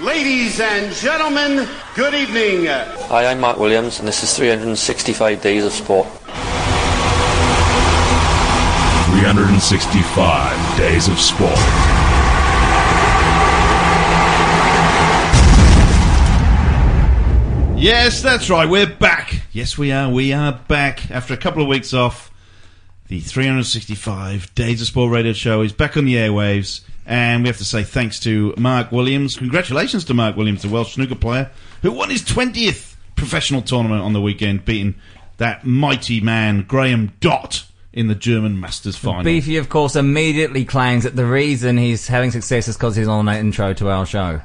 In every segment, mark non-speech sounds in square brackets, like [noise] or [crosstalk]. Ladies and gentlemen, good evening. Hi, I'm Mark Williams, and this is 365 Days of Sport. 365 Days of Sport. Yes, that's right. We're back. Yes, we are. We are back after a couple of weeks off. The 365 Days of Sport radio show is back on the airwaves, and we have to say thanks to Mark Williams. Congratulations to Mark Williams, the Welsh snooker player, who won his 20th professional tournament on the weekend, beating that mighty man, Graham Dott, in the German Masters final. Beefy, of course, immediately claims that the reason he's having success is because he's on an intro to our show.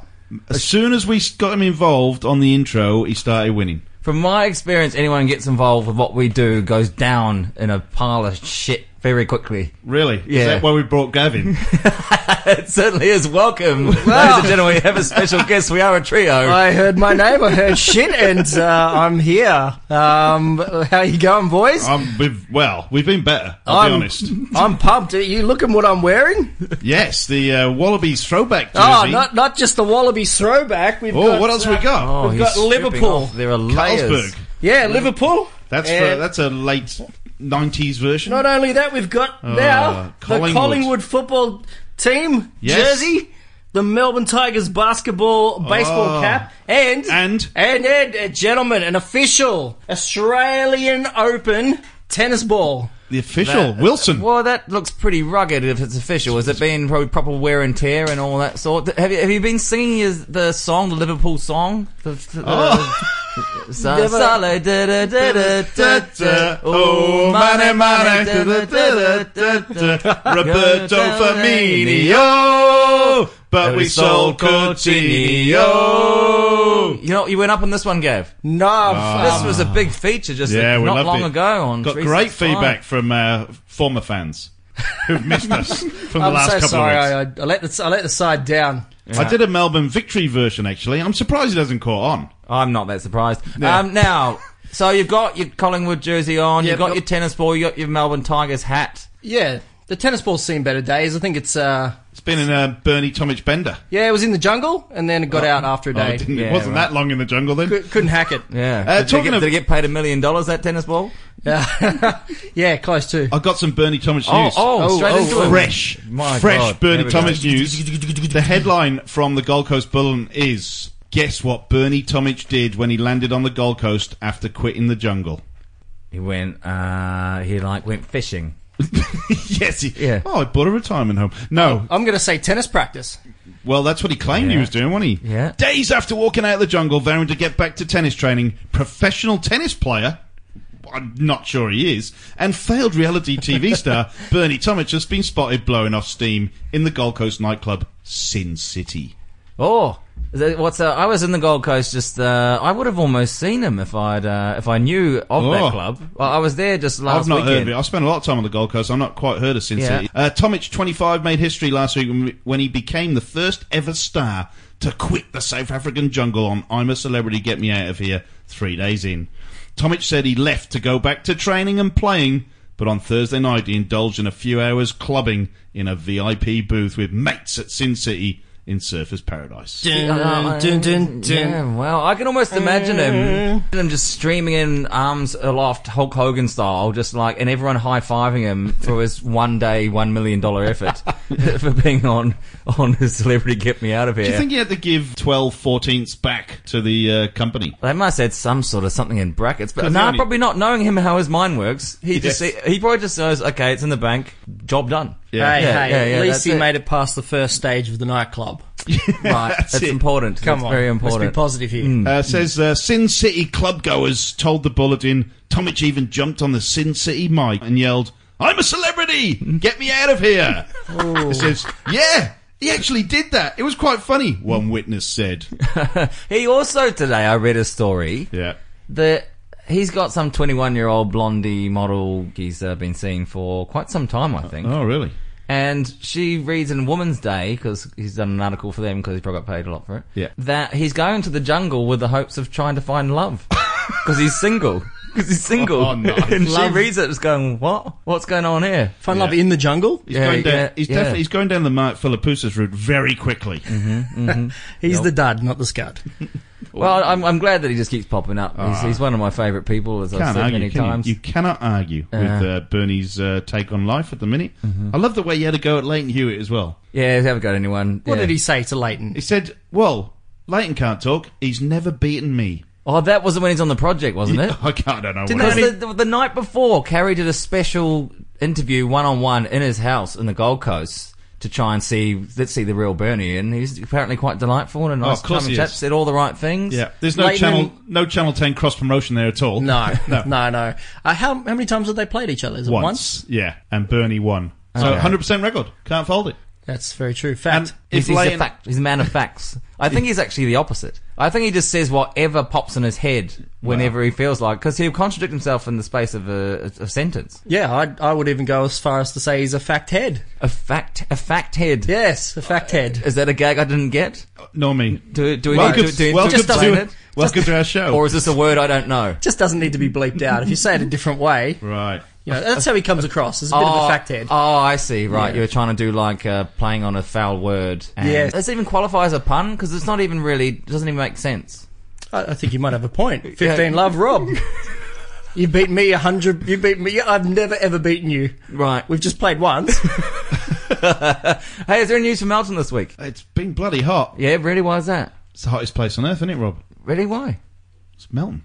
As soon as we got him involved on the intro, he started winning. From my experience, anyone gets involved with what we do goes down in a pile of shit very quickly. [laughs] Really? Yeah. Is that why we brought Gavin? It certainly is welcome, ladies and gentlemen. We have a special guest. We are a trio. I heard my name, I heard shit, and uh, I'm here. Um, how you going, boys? um, we've, well, we've been better, I'll be I'm- honest. I'm pumped. Are you looking what I'm wearing? Yes, the uh, Wallabies throwback jersey. Oh, not not just the Wallabies throwback. We've Oh, got, uh, what else we got? Oh, We've he's got stripping Liverpool. off. There are layers. Carlsberg. Yeah, Liverpool. That's for, And- that's a late '90s version. Not only that, we've got now Uh, Collingwood. the Collingwood football team Yes. jersey, the Melbourne Tigers basketball baseball Oh. cap, and And? and and uh, gentlemen, an official Australian Open tennis ball. the official Wilson. Well, that looks pretty rugged if it's official. Is it being probably proper wear and tear and all that sort? Have you, have you been singing his, the song, the Liverpool song? The, the, [laughs] Sa- Never- sala- da- da- da- da- [laughs] da- da- Oh, money, money, da- da- da- da- da- da. Roberto Firmino, but we sold Coutinho. You know, you went up on this one, Gav. No, This was a big feature just Yeah, we not loved long it. ago on. Got great 365. feedback from uh, former fans who've missed us from the I'm last so couple sorry. of weeks. I, I, I let the I let the side down. I did a Melbourne victory version actually. I'm surprised it hasn't caught on. I'm not that surprised. Um, now, so you've got your Collingwood jersey on, Yeah, you've got but- your tennis ball, you got your Melbourne Tigers hat. Yeah, the tennis ball's seen better days. I think it's uh It's been in a Bernie Tomich bender. yeah, it was in the jungle and then it got out after a Oh, day. it, didn't, it Yeah, wasn't right. that long in the jungle then. Cou- Couldn't hack it. Yeah. Uh, did, they talking get, of- did they get paid a million dollars that tennis ball? [laughs] yeah, close too. I got some Bernie Thomas Oh, news. oh, straight into it. fresh, My fresh God. Bernie There we go. Thomas news. the headline from the Gold Coast Bulletin is: Guess what Bernie Tomich did when he landed on the Gold Coast after quitting the jungle? [laughs] He went. Uh, he like went fishing. yes, he, Yeah. Oh, I bought a retirement home. No, I'm going to say tennis practice. well, that's what he claimed he Yeah. was doing, wasn't he? Yeah. Days after walking out of the jungle, vowing to get back to tennis training, professional tennis player. I'm not sure he is. And failed reality [laughs] TV star Bernie Tomich has been spotted blowing off steam in the Gold Coast nightclub Sin City. Oh, is that- what's uh, I was in the Gold Coast. Just uh, I would have almost seen him if I'd uh, if I knew of Oh. that club. Well, I was there just last I've not weekend. heard of it. I spent a lot of time on the Gold Coast. I've not quite heard of Sin Yeah. City. Uh, Tomic, 25, made history last week when- when he became the first ever star to quit the South African jungle on I'm a Celebrity, Get Me Out of Here three days in. Tomic said he left to go back to training and playing, but on Thursday night he indulged in a few hours clubbing in a VIP booth with mates at Sin City in Surfers Paradise. Uh, Yeah, well, I can almost imagine him, Mm. him just streaming in arms aloft, Hulk Hogan style, just like, and everyone high fiving him for his one day, one million dollar effort [laughs] for being on on his celebrity get me out of here. Do you think he had to give 12 fourteenths back to the uh, company? They must have had some sort of something in brackets, but Because no, the only- probably not. Knowing him, how his mind works, he just he, Yes. he probably just knows. Okay, it's in the bank. Job done. Yeah. Hey, Yeah, hey, yeah, yeah, at that's least he it. made it past the first stage of the nightclub. [laughs] right. That's, it. important. Come That's on, very Let's important. be positive here. Uh, says uh, Sin City clubgoers told the bulletin. Tomic even jumped on the Sin City mic and yelled, "I'm a celebrity! Get me out of here!" Oh. It says, "Yeah, he actually did that. It was quite funny." One witness [laughs] said, he also today I read a story "Yeah, that he's got some 21 year old blondie model he's uh, been seeing for quite some time, I think. oh really? And she reads in Woman's Day because he's done an article for them because he probably got paid a lot for it. Yeah. [laughs] That he's going to the jungle with the hopes of trying to find love because he's single. because he's single. Oh, nice. [laughs] And she Love- reads it, just going, "What? What's going on here?" Fun love in the jungle. He's Yeah, going down. yeah, he's yeah. Mm-hmm. definitely he's going down the Mark Philippoussis route very quickly. He's the dud, not the scud. Well, I'm, I'm glad that he just keeps popping up. he's, he's one of my favourite people, as I've Ah. Can't said argue, many can times. Uh-huh. you? You cannot argue with uh, Bernie's uh, take on life at the minute. Mm-hmm. I love the way he had a go at Leighton Hewitt as well. Yeah, they haven't got anyone. What yeah. did he say to Leighton? He said, "Well, Leighton can't talk. He's never beaten me." Oh, that was when he's on the project, wasn't it? I [laughs] can't. I don't know. Because the, the, the night before, Carrie did a special interview one on one in his house in the Gold Coast to try and see let's see the real Bernie, and he's apparently quite delightful and a Oh, nice of course charming he chap. is. Said all the right things. yeah, there's no Leighton channel, no channel ten cross promotion there at all. [laughs] [laughs] No, [laughs] no, no, no. Uh, how, how many times have they played each other? Is it Once. once? yeah, and Bernie won. So Okay. 100 percent record. Can't fold it. That's very true. And Fact. He's, if he's a Leighton, fact. He's a man of facts. I think he's actually the opposite. I think he just says whatever pops in his head whenever he feels like, because he'll contradict himself in the space of a, a, a sentence. yeah, I, I would even go as far as to say he's a fact head. A fact, a fact head. Yes, a fact head. Is that a gag I didn't get? no me. Do, do we Welcome, need to, do, we need to welcome, explain to, it? [laughs] welcome to our show. Or is this a word I don't know? Just doesn't need to be bleeped out. If you say it a different way, right. you know, that's how he comes across. As a bit of a fact head. Oh, I see. Right, Yeah. you're trying to do like uh, playing on a foul word. And Yeah. Does it even qualify as a pun? Because it's not even really. It doesn't even make sense. I, I think you might have a point. Fifteen, [laughs] love, Rob. You beat me a hundred. You beat me. I've never ever beaten you. Right. We've just played once. [laughs] Hey, is there any news from Melton this week? It's been bloody hot. Yeah, really. Why is that? It's the hottest place on earth, isn't it, Rob? Really, why? It's Melton.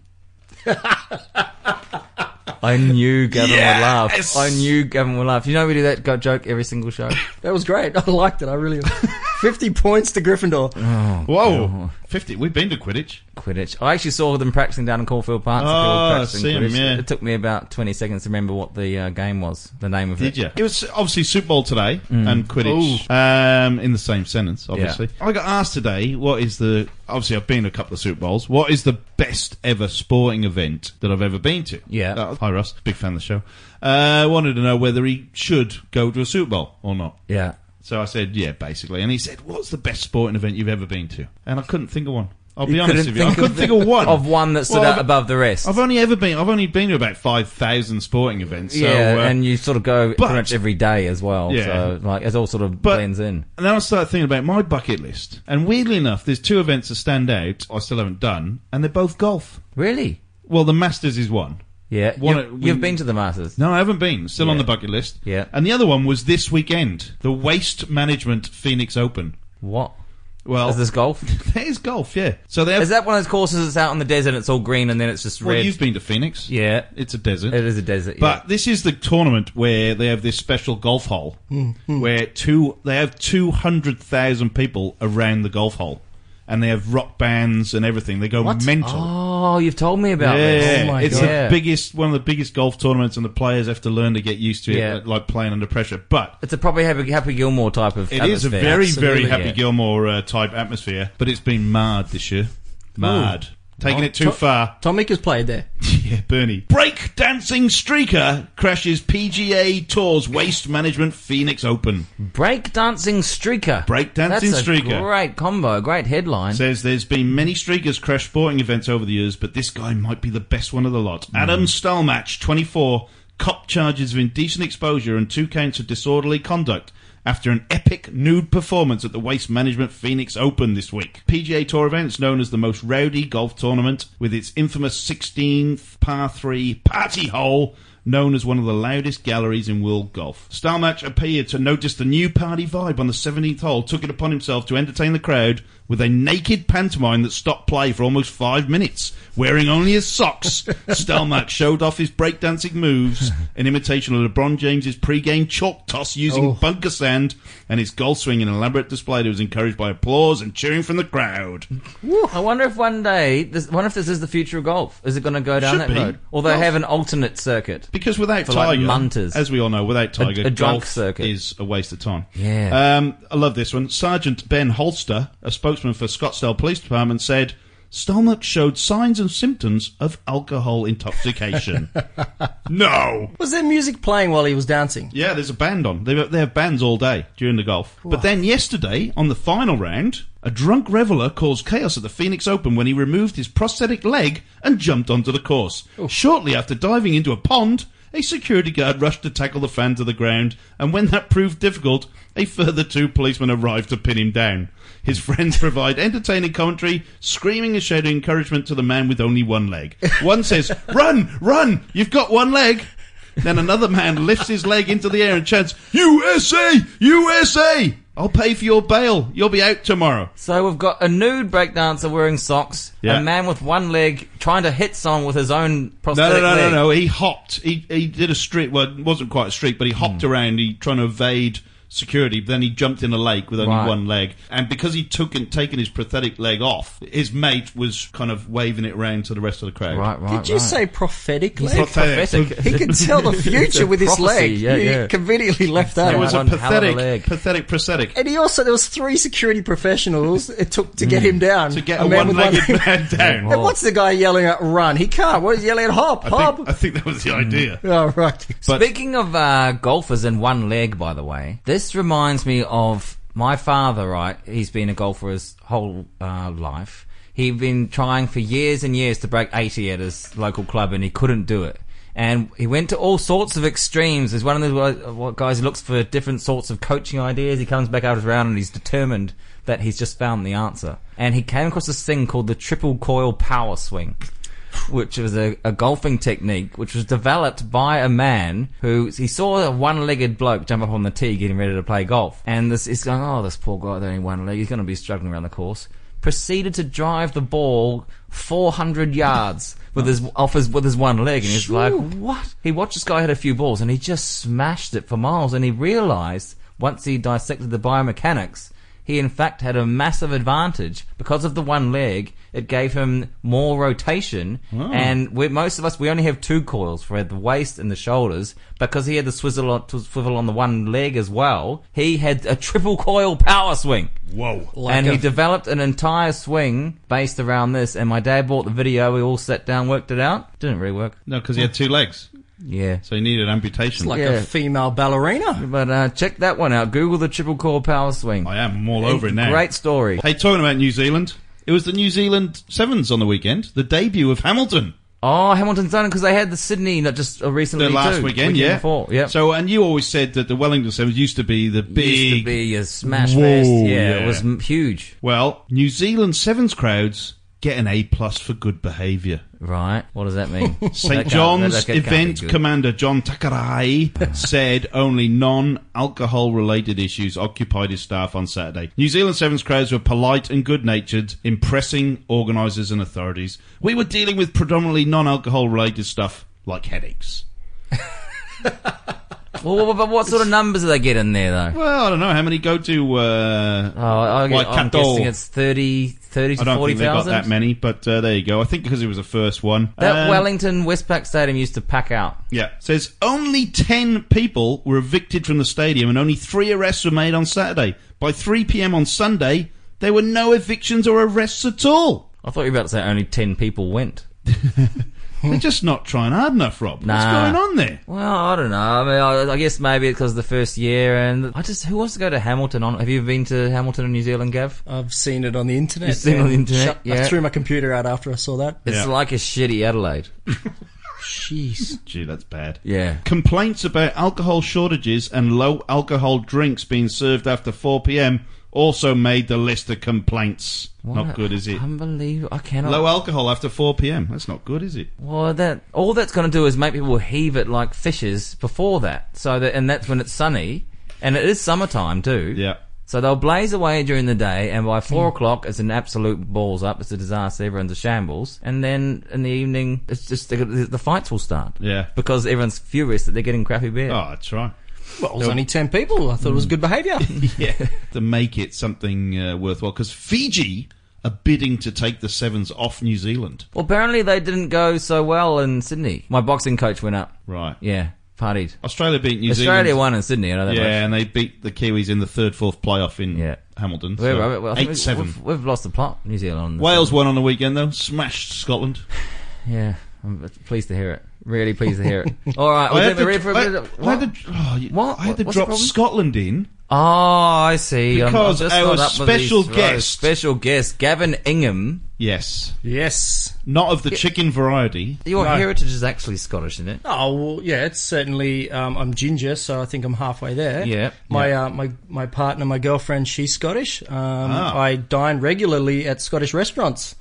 I knew Gavin Yes! would laugh. I knew Gavin would laugh. You know we do that go- joke every single show. That was great. I liked it. I really. [laughs] Fifty points to Gryffindor. Oh, Whoa, fifty. We've been to Quidditch. Quidditch. I actually saw them practicing down in Caulfield Park. Oh, I practicing see 'em, Quidditch. yeah. It took me about 20 seconds to remember what the uh, game was, the name of it. Did you? It was obviously Super Bowl today Mm. and Quidditch um, in the same sentence, obviously. I got asked today, what is the, obviously I've been to a couple of Super Bowls, what is the best ever sporting event that I've ever been to? Yeah. Uh, hi, Russ. Big fan of the show. Uh, wanted to know whether he should go to a Super Bowl or not. Yeah. So I said, yeah, basically. And he said, what's the best sporting event you've ever been to? And I couldn't think of one. I'll be honest couldn't with you. I think of couldn't the- think of one. [laughs] Of one that stood Well, out I've- above the rest. I've only ever been, I've only been to about 5,000 sporting events. So, yeah, uh, and you sort of go but- pretty much every day as well. Yeah. So like it all sort of But- blends in. And then I started thinking about my bucket list. And weirdly enough, there's two events that stand out I still haven't done, and they're both golf. Really? Well, the Masters is one. Yeah. One- you, we- have been to the Masters. No, I haven't been. Still on Yeah. the bucket list. Yeah. And the other one was this weekend, the Waste Management Phoenix Open. What? Well, [laughs] Is this golf? that is golf, yeah. So they have. Is that one of those courses that's out in the desert? and It's all green and then it's just well, red. you've been to Phoenix. yeah. It's a desert. It is a desert. But this is the tournament where they have this special golf hole Hmm, where two they have two hundred thousand people around the golf hole, and they have rock bands and everything. They go mental. yeah. Oh, you've told me about this. Yeah, Oh my it's God. the biggest one of the biggest golf tournaments, and the players have to learn to get used to it, Yeah. like- like playing under pressure. But It's a probably Happy, Happy Gilmore type of. it is a atmosphere. very, very Absolutely. Happy Yeah. Gilmore uh, type atmosphere. But it's been marred this year, marred, taking it too To- far. [laughs] Tomic has played there. yeah, Bernie. Break dancing streaker crashes PGA Tour's Waste Management Phoenix Open. Breakdancing streaker. Breakdancing That's a streaker. Great combo. Great headline. Says there's been many streakers crash sporting events over the years, but this guy might be the best one of the lot. Adam Stalmatch, 24, cop charges of indecent exposure and two counts of disorderly conduct after an epic nude performance at the Waste Management Phoenix Open this week. PGA Tour events known as the most rowdy golf tournament, with its infamous 16th par 3 party hole known as one of the loudest galleries in world golf. Starmatch appeared to notice the new party vibe on the 17th hole, took it upon himself to entertain the crowd with a naked pantomime that stopped play for almost five minutes. Wearing only his socks, Stelmach showed off his breakdancing moves, an imitation of LeBron James's pre-game chalk toss using bunker sand, and his golf swing in an elaborate display that was encouraged by applause and cheering from the crowd. I wonder if one day, this, wonder if this is the future of golf. Is it going to go down Should that be. road? Or they Well- have an alternate circuit? Because without For, like, Tiger, munters. as we all know, without Tiger, a drunk golf circuit. is a waste of time. Yeah. Um, I love this one. Sergeant Ben Holster, a spokesman for Scottsdale Police Department, said Stomach showed signs and symptoms of alcohol [laughs] intoxication. no. Was there music playing while he was dancing? Yeah, there's a band on. They, they have bands all day during the golf. But then yesterday, on the final round, a drunk reveller caused chaos at the Phoenix Open when he removed his prosthetic leg and jumped onto the course. Shortly after diving into a pond, a security guard rushed to tackle the fan to the ground, and when that proved difficult, a further two policemen arrived to pin him down. His friends [laughs] provide entertaining commentary, screaming a shade of encouragement to the man with only one leg. One says, Run, run, you've got one leg. Then another man lifts his leg into the air and chants, USA! USA! I'll pay for your bail. You'll be out tomorrow. So we've got a nude breakdancer wearing socks, Yeah. a man with one leg trying to hit someone with his own No, no, prosthetic no, no, leg. no. He hopped. He, he did a street. Well, it wasn't quite a street, but he hopped around. He trying to evade security. But then he jumped in a lake with only Right. one leg. And because he took and taken his prosthetic leg off, his mate was kind of waving it around to the rest of the crowd. Right, right. Did you right. say prophetic He's leg? Pathetic. [laughs] prophetic? He could tell the It's a future with his prophecy, leg. yeah, You yeah. conveniently left that It Yeah, out. was a One hell of a pathetic, leg. pathetic prosthetic. And he also there was three security professionals it took to get him down. Mm. To get a a, man with one-legged one [laughs] man down. [laughs] And what's the guy yelling at? Run! He can't. What is he yelling at? Hop! I Hop! think, I think that was the idea. [laughs] Oh right. But- Speaking of uh, golfers in one leg, by the way, this reminds me of my father. Right, he's been a golfer his whole uh, life. He'd been trying for years and years to break 80 at his local club, and he couldn't do it. And he went to all sorts of extremes. He's one of those uh, what guys who looks for different sorts of coaching ideas. He comes back out of his round and he's determined that he's just found the answer. And he came across this thing called the triple coil power swing which was a, a golfing technique which was developed by a man who he saw a one-legged bloke jump up on the tee getting ready to play golf and this he's going oh this poor guy there in one leg he's going to be struggling around the course proceeded to drive the ball 400 yards with his off his with his one leg and he's like what he watched this guy hit a few balls and he just smashed it for miles and he realized once he dissected the biomechanics he in fact had a massive advantage because of the one leg. It gave him more rotation, and we most of us we only have two coils for the waist and the shoulders. Because he had the swizzle on, to swivel on the one leg as well, he had a triple coil power swing, Whoa. and a- he developed an entire swing based around this. And my dad bought the video. We all sat down, worked it out. Didn't really work. No, because he had two legs, Yeah. so he needed amputation. Like Yeah. a female ballerina. But uh, check that one out. Google the triple coil power swing. I am all Oh, over it now. Great story. Hey, talking about New Zealand, it was the New Zealand Sevens on the weekend, the debut of Hamilton. Oh, Hamilton's done because they had the Sydney not just uh, recently The last too, weekend, yeah. before. Yep. So, and you always said that the Wellington Sevens used to be the big. used to be a smash Whoa, fest. Yeah, it yeah. was m- huge. Well, New Zealand Sevens crowds get an A plus for good behaviour. Right. What does [laughs] that mean? That St can't- John's that- that can't be event good. commander John Takarai [laughs] said only non-alcohol related issues occupied his staff on Saturday. New Zealand Sevens crowds were polite and good-natured, impressing organisers and authorities. We were dealing with predominantly non-alcohol related stuff like headaches. well, well, but what sort of numbers do they get in there though? Well, I don't know how many go to. Uh, Oh, I, I, Like I'm Cato. guessing it's 30, 30 I to don't forty think they got thousand. that many, but uh, there you go. I think because it was the first one. That Um, Wellington Westpac Stadium used to pack out. Yeah. Says only 10 people were evicted from the stadium and only three arrests were made on Saturday. By 3 p.m. on Sunday, there were no evictions or arrests at all. I thought you were about to say only ten people went. They're just not trying hard enough, Rob. What's Nah. going on there? Well, I don't know. I mean, I, I guess maybe because the first year, and I just who wants to go to Hamilton? On have you been to Hamilton in New Zealand, Gav? I've seen it on the internet. You've seen it on the internet, Shut- I yeah. threw my computer out after I saw that. It's Yeah. like a shitty Adelaide. Jeez. Gee, that's bad. Yeah. Complaints about alcohol shortages and low alcohol drinks being served after 4 p.m. also made the list of complaints. What Not good, is it? Unbelievable. I cannot. Low alcohol after 4 p.m. That's not good, is it? Well, that all that's going to do is make people heave it like fishes before that. So that and that's when it's sunny, and it is summertime too. Yeah. So they'll blaze away during the day, and by four o'clock it's an absolute balls up. It's a disaster. Everyone's a shambles, and then in the evening it's just the, the fights will start. Yeah. because everyone's furious that they're getting crappy beer. Oh, that's right. Well, it was only 10 people. I thought it Mm. was [laughs] good behaviour. yeah, [laughs] to make it something uh, worthwhile. Because Fiji are bidding to take the sevens off New Zealand. Well, apparently they didn't go so well in Sydney. My boxing coach went up. Right. Yeah. partied. Australia beat New Australia Zealand. won in Sydney. I know that Yeah, much. and they beat the Kiwis in the third, fourth playoff in Yeah. Hamilton. We're so rubbish. Well, I think eight we- seven. uh, We've, we've lost the plot. New Zealand. Wales won on the weekend though. Smashed Scotland. Yeah, I'm pleased to hear it. Really pleased to hear [laughs] it. All right, I we're had doing- to- we're ready for a I- bit of- I had what? to- oh, you- What? I had to What's the drop problem? Scotland in. Oh, I see. I'm- I'm Because just our not up with these special rows. guest- special guest, Gavin Ingham. Yes, Yes. not of the chicken variety. Your No. heritage is actually Scottish, isn't it? Oh well, yeah, it's certainly. Um, I'm ginger, so I think I'm halfway there. Yeah. My Uh, my my partner, my girlfriend, she's Scottish. Um, Ah. I dine regularly at Scottish restaurants,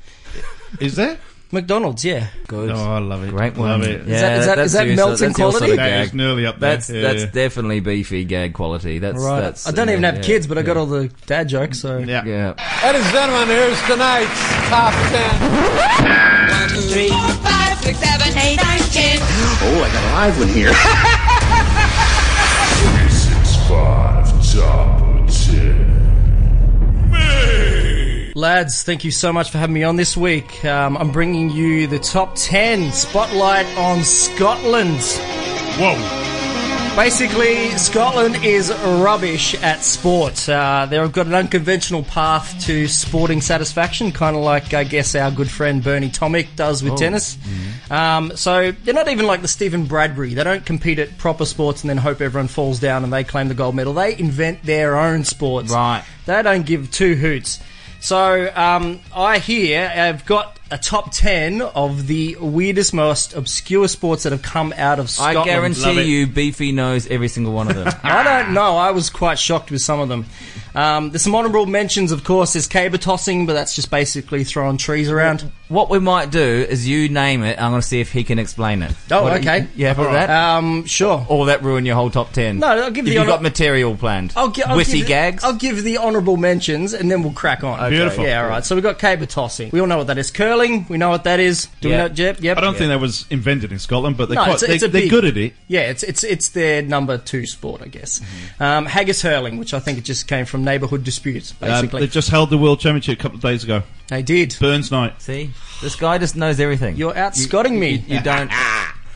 Is there? McDonald's. Yeah. Good. Oh, I love it. Great one. Love it. Yeah, that- is that- that's is that your- melting that's your sort of quality? That gag. is nearly up there. That's Yeah, that's yeah. definitely beefy gag quality. That's Right. that's. I don't yeah, even have yeah, kids, but I got all the dad jokes. So Yeah. Yeah. Ladies and gentlemen, here's tonight's top ten. One, two, three, four, five, six, seven, eight, nine, ten. Three, six, five, top ten. Lads, thank you so much for having me on this week. Um, I'm bringing you the top 10 spotlight on Scotland. Whoa. Basically, Scotland is rubbish at sport. Uh, they've got an unconventional path to sporting satisfaction, kind of like, I guess, our good friend Bernie Tomic does Oh. with tennis. Mm-hmm. Um, so they're not even like the Stephen Bradbury. They don't compete at proper sports and then hope everyone falls down and they claim the gold medal. They invent their own sports. Right. They don't give two hoots. So um, I hear I've got a top ten of the weirdest, most obscure sports that have come out of Scotland. I Love guarantee it. you, Beefy knows every single one [laughs] of them. I don't know. I was quite shocked with some of them. Um, there's some honourable mentions, of course. There's caber tossing, but that's just basically throwing trees around. what we might do is you name it. I'm going to see if he can explain it. Oh, What- okay. Yeah, for that. Um, sure. Or will that ruin your whole top ten? No, I'll give if the you honor- got material planned. I'll, gi- I'll witty give the- gags. I'll give the honourable mentions, and then we'll crack on. Beautiful. Yeah. All right. So we've got caber tossing. We all know what that is. Curling. We know what that is. Do Yeah. we know? Yep. Yep. I don't think that was invented in Scotland, but they're, No, quite, it's a- they, it's a they're big- good at it. Yeah, it's it's it's their number two sport, I guess. Um, haggis hurling, which I think it just came from neighbourhood disputes, Um, basically. they just held the World Championship a couple of days ago. they did. Burns night. See, this guy just knows everything. You're out Scotting me. You, you don't.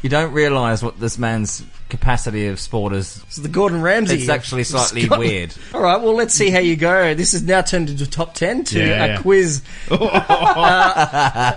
You don't realise what this man's capacity of sport is. It's the Gordon Ramsay. It's of actually slightly Scotland. weird. All right, well, let's see how you go. This is now turned into top ten to Yeah, a yeah. [laughs] quiz. Uh,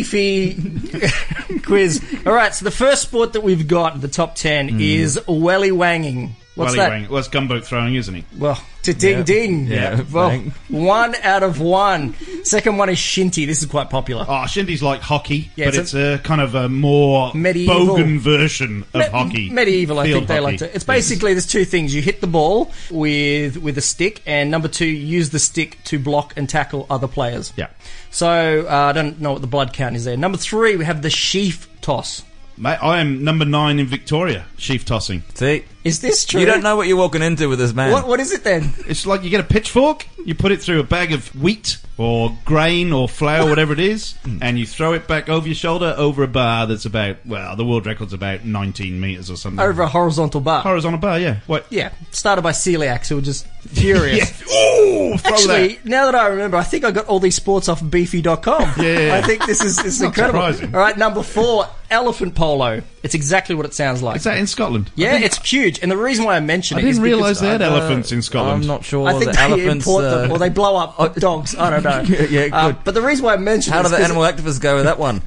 McBeefy [laughs] quiz. All right, so the first sport that we've got the top ten is welly wanging. Wally What's that? Hmm. Mm. Wang. Well, it's gumboat throwing, isn't he? Well, to ding ding. Yeah. Well, Bang. one out of one. Second one is shinty. This is quite popular. Oh, shindy's like hockey, Yeah, but it's it's a, kind of a more Medieval- bogan version of Me- hockey. Medieval, I Field think they hockey. like to. It's basically there's two things: you hit the ball with with a stick, and number two, use the stick to block and tackle other players. Yeah. So uh, I don't know what the blood count is there. Number three, we have the sheaf toss. Mate, I am number nine in Victoria, sheaf tossing. See, Is this true? you don't know what you're walking into with this man. [laughs] What what is it then? It's like you get a pitchfork, you put it through a bag of wheat or grain or flour, whatever it [laughs] is, Mm. and you throw it back over your shoulder over a bar that's about, well, the world record's about 19 metres or something. Over a horizontal bar. Horizontal bar, yeah. What? yeah, started by celiacs who were just [laughs] furious. Ooh, Oh, throw Actually, that. now that I remember, I think I got all these sports off beefy.com. [laughs] Yeah. I think this is, this is Not incredible. surprising. All right, number four, elephant polo. It's exactly what it sounds like. Is that in Scotland? Yeah, it's huge, and the reason why I mention I it is didn't because realise they had Uh, elephants in Scotland. I'm not sure. I think the they elephants. import uh, them, or they [laughs] blow up dogs. I don't know. Yeah, [laughs] yeah, Uh, good. but the reason why I mention how it do is [laughs] the 'cause animal activists go with that one?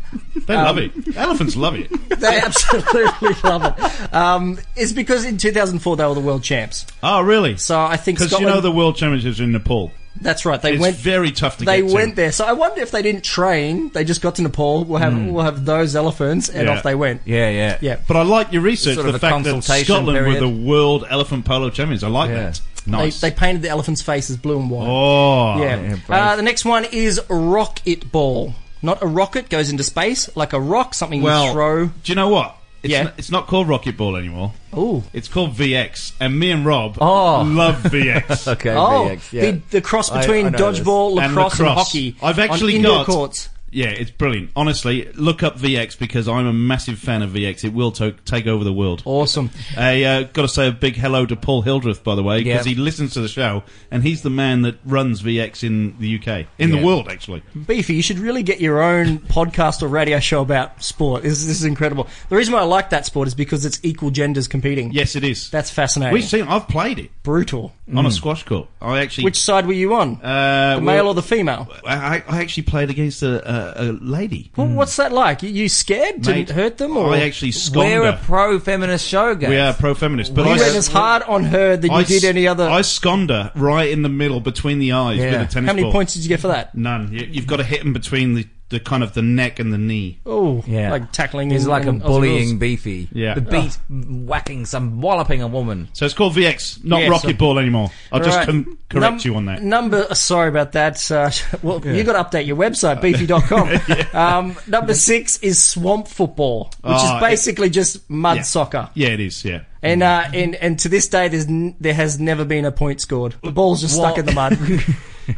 They love it. Elephants love it. they [laughs] absolutely love it. Um, it's because in 2004 they were the world champs. Oh, really? So I think Because Scotland. you know the World Championships are in Nepal. that's right. They It's went. very tough to They get to. went there. So I wonder if they didn't train. They just got to Nepal. We'll have we'll have those elephants, and Hmm. Yeah. off they went. Yeah, yeah, Yeah. But I like your research, Sort of the a fact that consultation Scotland period. were the world elephant polo champions. I like Yeah. that. Nice. They, they painted the elephants' faces blue and white. oh, Yeah. brave. uh, the next one is rocket ball. Not a rocket goes into space, like a rock, something you Well, throw. do you know what? It's, Yeah. n- it's not called Rocket Ball anymore. Ooh. It's called VX. And me and Rob Oh. love VX. Okay. Oh, VX, yeah. the, the cross I- between I know this. dodgeball, And lacrosse, and lacrosse. hockey. I've on actually indoor got- courts. Yeah, it's brilliant. Honestly, look up VX because I'm a massive fan of VX. It will to- take over the world. Awesome. I uh, got to say a big hello to Paul Hildreth, by the way, because Yeah. he listens to the show, and he's the man that runs VX in the UK, in Yeah. the world, actually. Beefy, you should really get your own [laughs] podcast or radio show about sport. This, this is incredible. The reason why I like that sport is because it's equal genders competing. Yes, it is. That's fascinating. We've seen. I've played it Brutal. on a squash court. I actually. Which side were you on? uh, the male well, or the female? I, I actually played against a, a, a lady. Well, what's that like? You, you scared? hmm. Mate, Didn't hurt them? Or I actually scorned We're a her. pro feminist show, guys. we are pro-feminist, but you I, went as hard on her than you I did s- any other? I sconed her right in the middle between the eyes Yeah. with a tennis How many ball. points did you get for that? None. You, you've got to hit them between the, the kind of the neck and the knee. Oh, Yeah. like tackling. He's in- like a in Aussie bullying rules. beefy. Yeah. The beat whacking some walloping a woman. So it's called VX, not Yes, rocket um, ball anymore. I'll just Right. com- correct Num- you on that. Number, sorry about that. Uh, [laughs] well, you got to update your [laughs] website, beefy.com. um, number six is swamp football, which Oh, is basically just mud yeah. soccer. Yeah, it is. Yeah. And, uh, and and to this day, there's n- there has never been a point scored. The ball's just stuck in the mud. [laughs]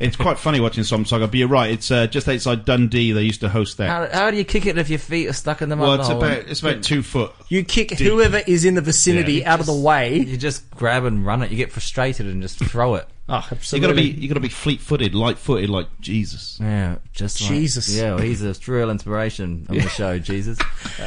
It's quite funny watching some soccer, but you're right. It's uh, just outside Dundee. They used to host that. How, how do you kick it if your feet are stuck in the mud? well, it's hole? about it's about two foot. you kick whoever is in the vicinity Yeah. out of the way. You just grab and run it. You get frustrated and just throw it. Oh, You got to absolutely. be you got to be fleet footed, light footed, like Jesus. Yeah, just like- Jesus. yeah, well, he's a real inspiration on the show, Jesus.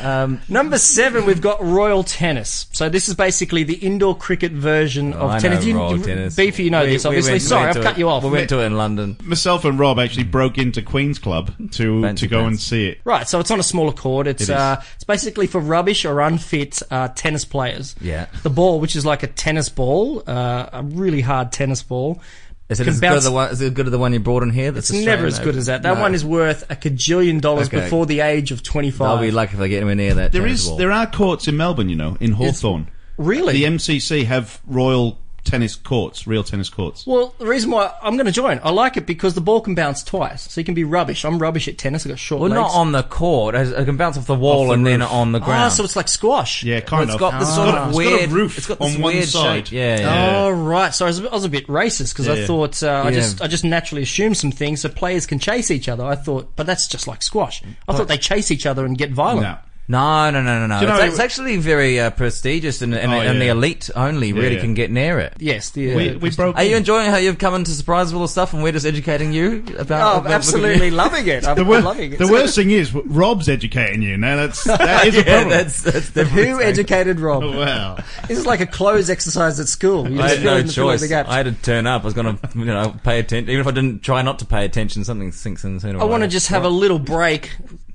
Um, Number seven, we've got royal tennis. So this is basically the indoor cricket version of Oh, I know tennis. You- royal you- tennis. Beefy, you know We- this, we obviously. went- we Sorry, went to I've cut it- you off. We went to it in London. Myself and Rob actually broke into Queen's Club to Fancy to go and pants. see it. Right, so it's on a smaller court. It's is. uh, it's basically for rubbish or unfit uh, tennis players. Yeah. the ball, which is like a tennis ball, uh, a really hard tennis ball. Is it can as good bounce- as the one? Is it good as the one you brought in here? That's It's Australian never as though? good as that. That No. one is worth a cajillion dollars Okay. before the age of I'll be twenty-five. lucky if I get anywhere near that. There tennis is ball. there are courts in Melbourne, you know, in Hawthorn. really? The MCC have royal tennis courts, real tennis courts. well, the reason why I'm going to join, I like it because the ball can bounce twice, so you can be rubbish. I'm rubbish at tennis. I have got short Well, legs. not on the court. As- I can bounce off the wall Off the and then roof. on the ground. Ah, so it's like squash. Yeah, Well, kind it's of. Ah. got this It's sort got a- of it's got weird. a roof it's got this on one weird side. Shape. Yeah, yeah. Yeah. Oh right, so I was a bit, I was a bit racist because I Yeah. thought uh, I Yeah. just I just naturally assumed some things so players can chase each other. I thought, but that's just like squash. I thought they chase each other and get Oh, violent. No. No, no, no, no, no. you It's, know- it's actually very uh, prestigious, and, and, Oh, and the yeah. elite only really yeah. can get near it. Yes, the, uh, We, we broke. Are you in. enjoying how you've come into Surpriseville stuff, and we're just educating you about? oh, about- [laughs] absolutely loving it. I'm, The, I'm wor- loving it. the worst thing is, Rob's educating you. Now [laughs] that's that is a Yeah, problem. that's that's But different. who [laughs] educated Rob? Well, This is like a clothes exercise at school. You I just had fill no in the- fill in the choice. gaps. I had to turn up. I was going to, you know, pay attention. Even if I didn't try not to pay attention, something sinks in sooner. I want to just have a little break,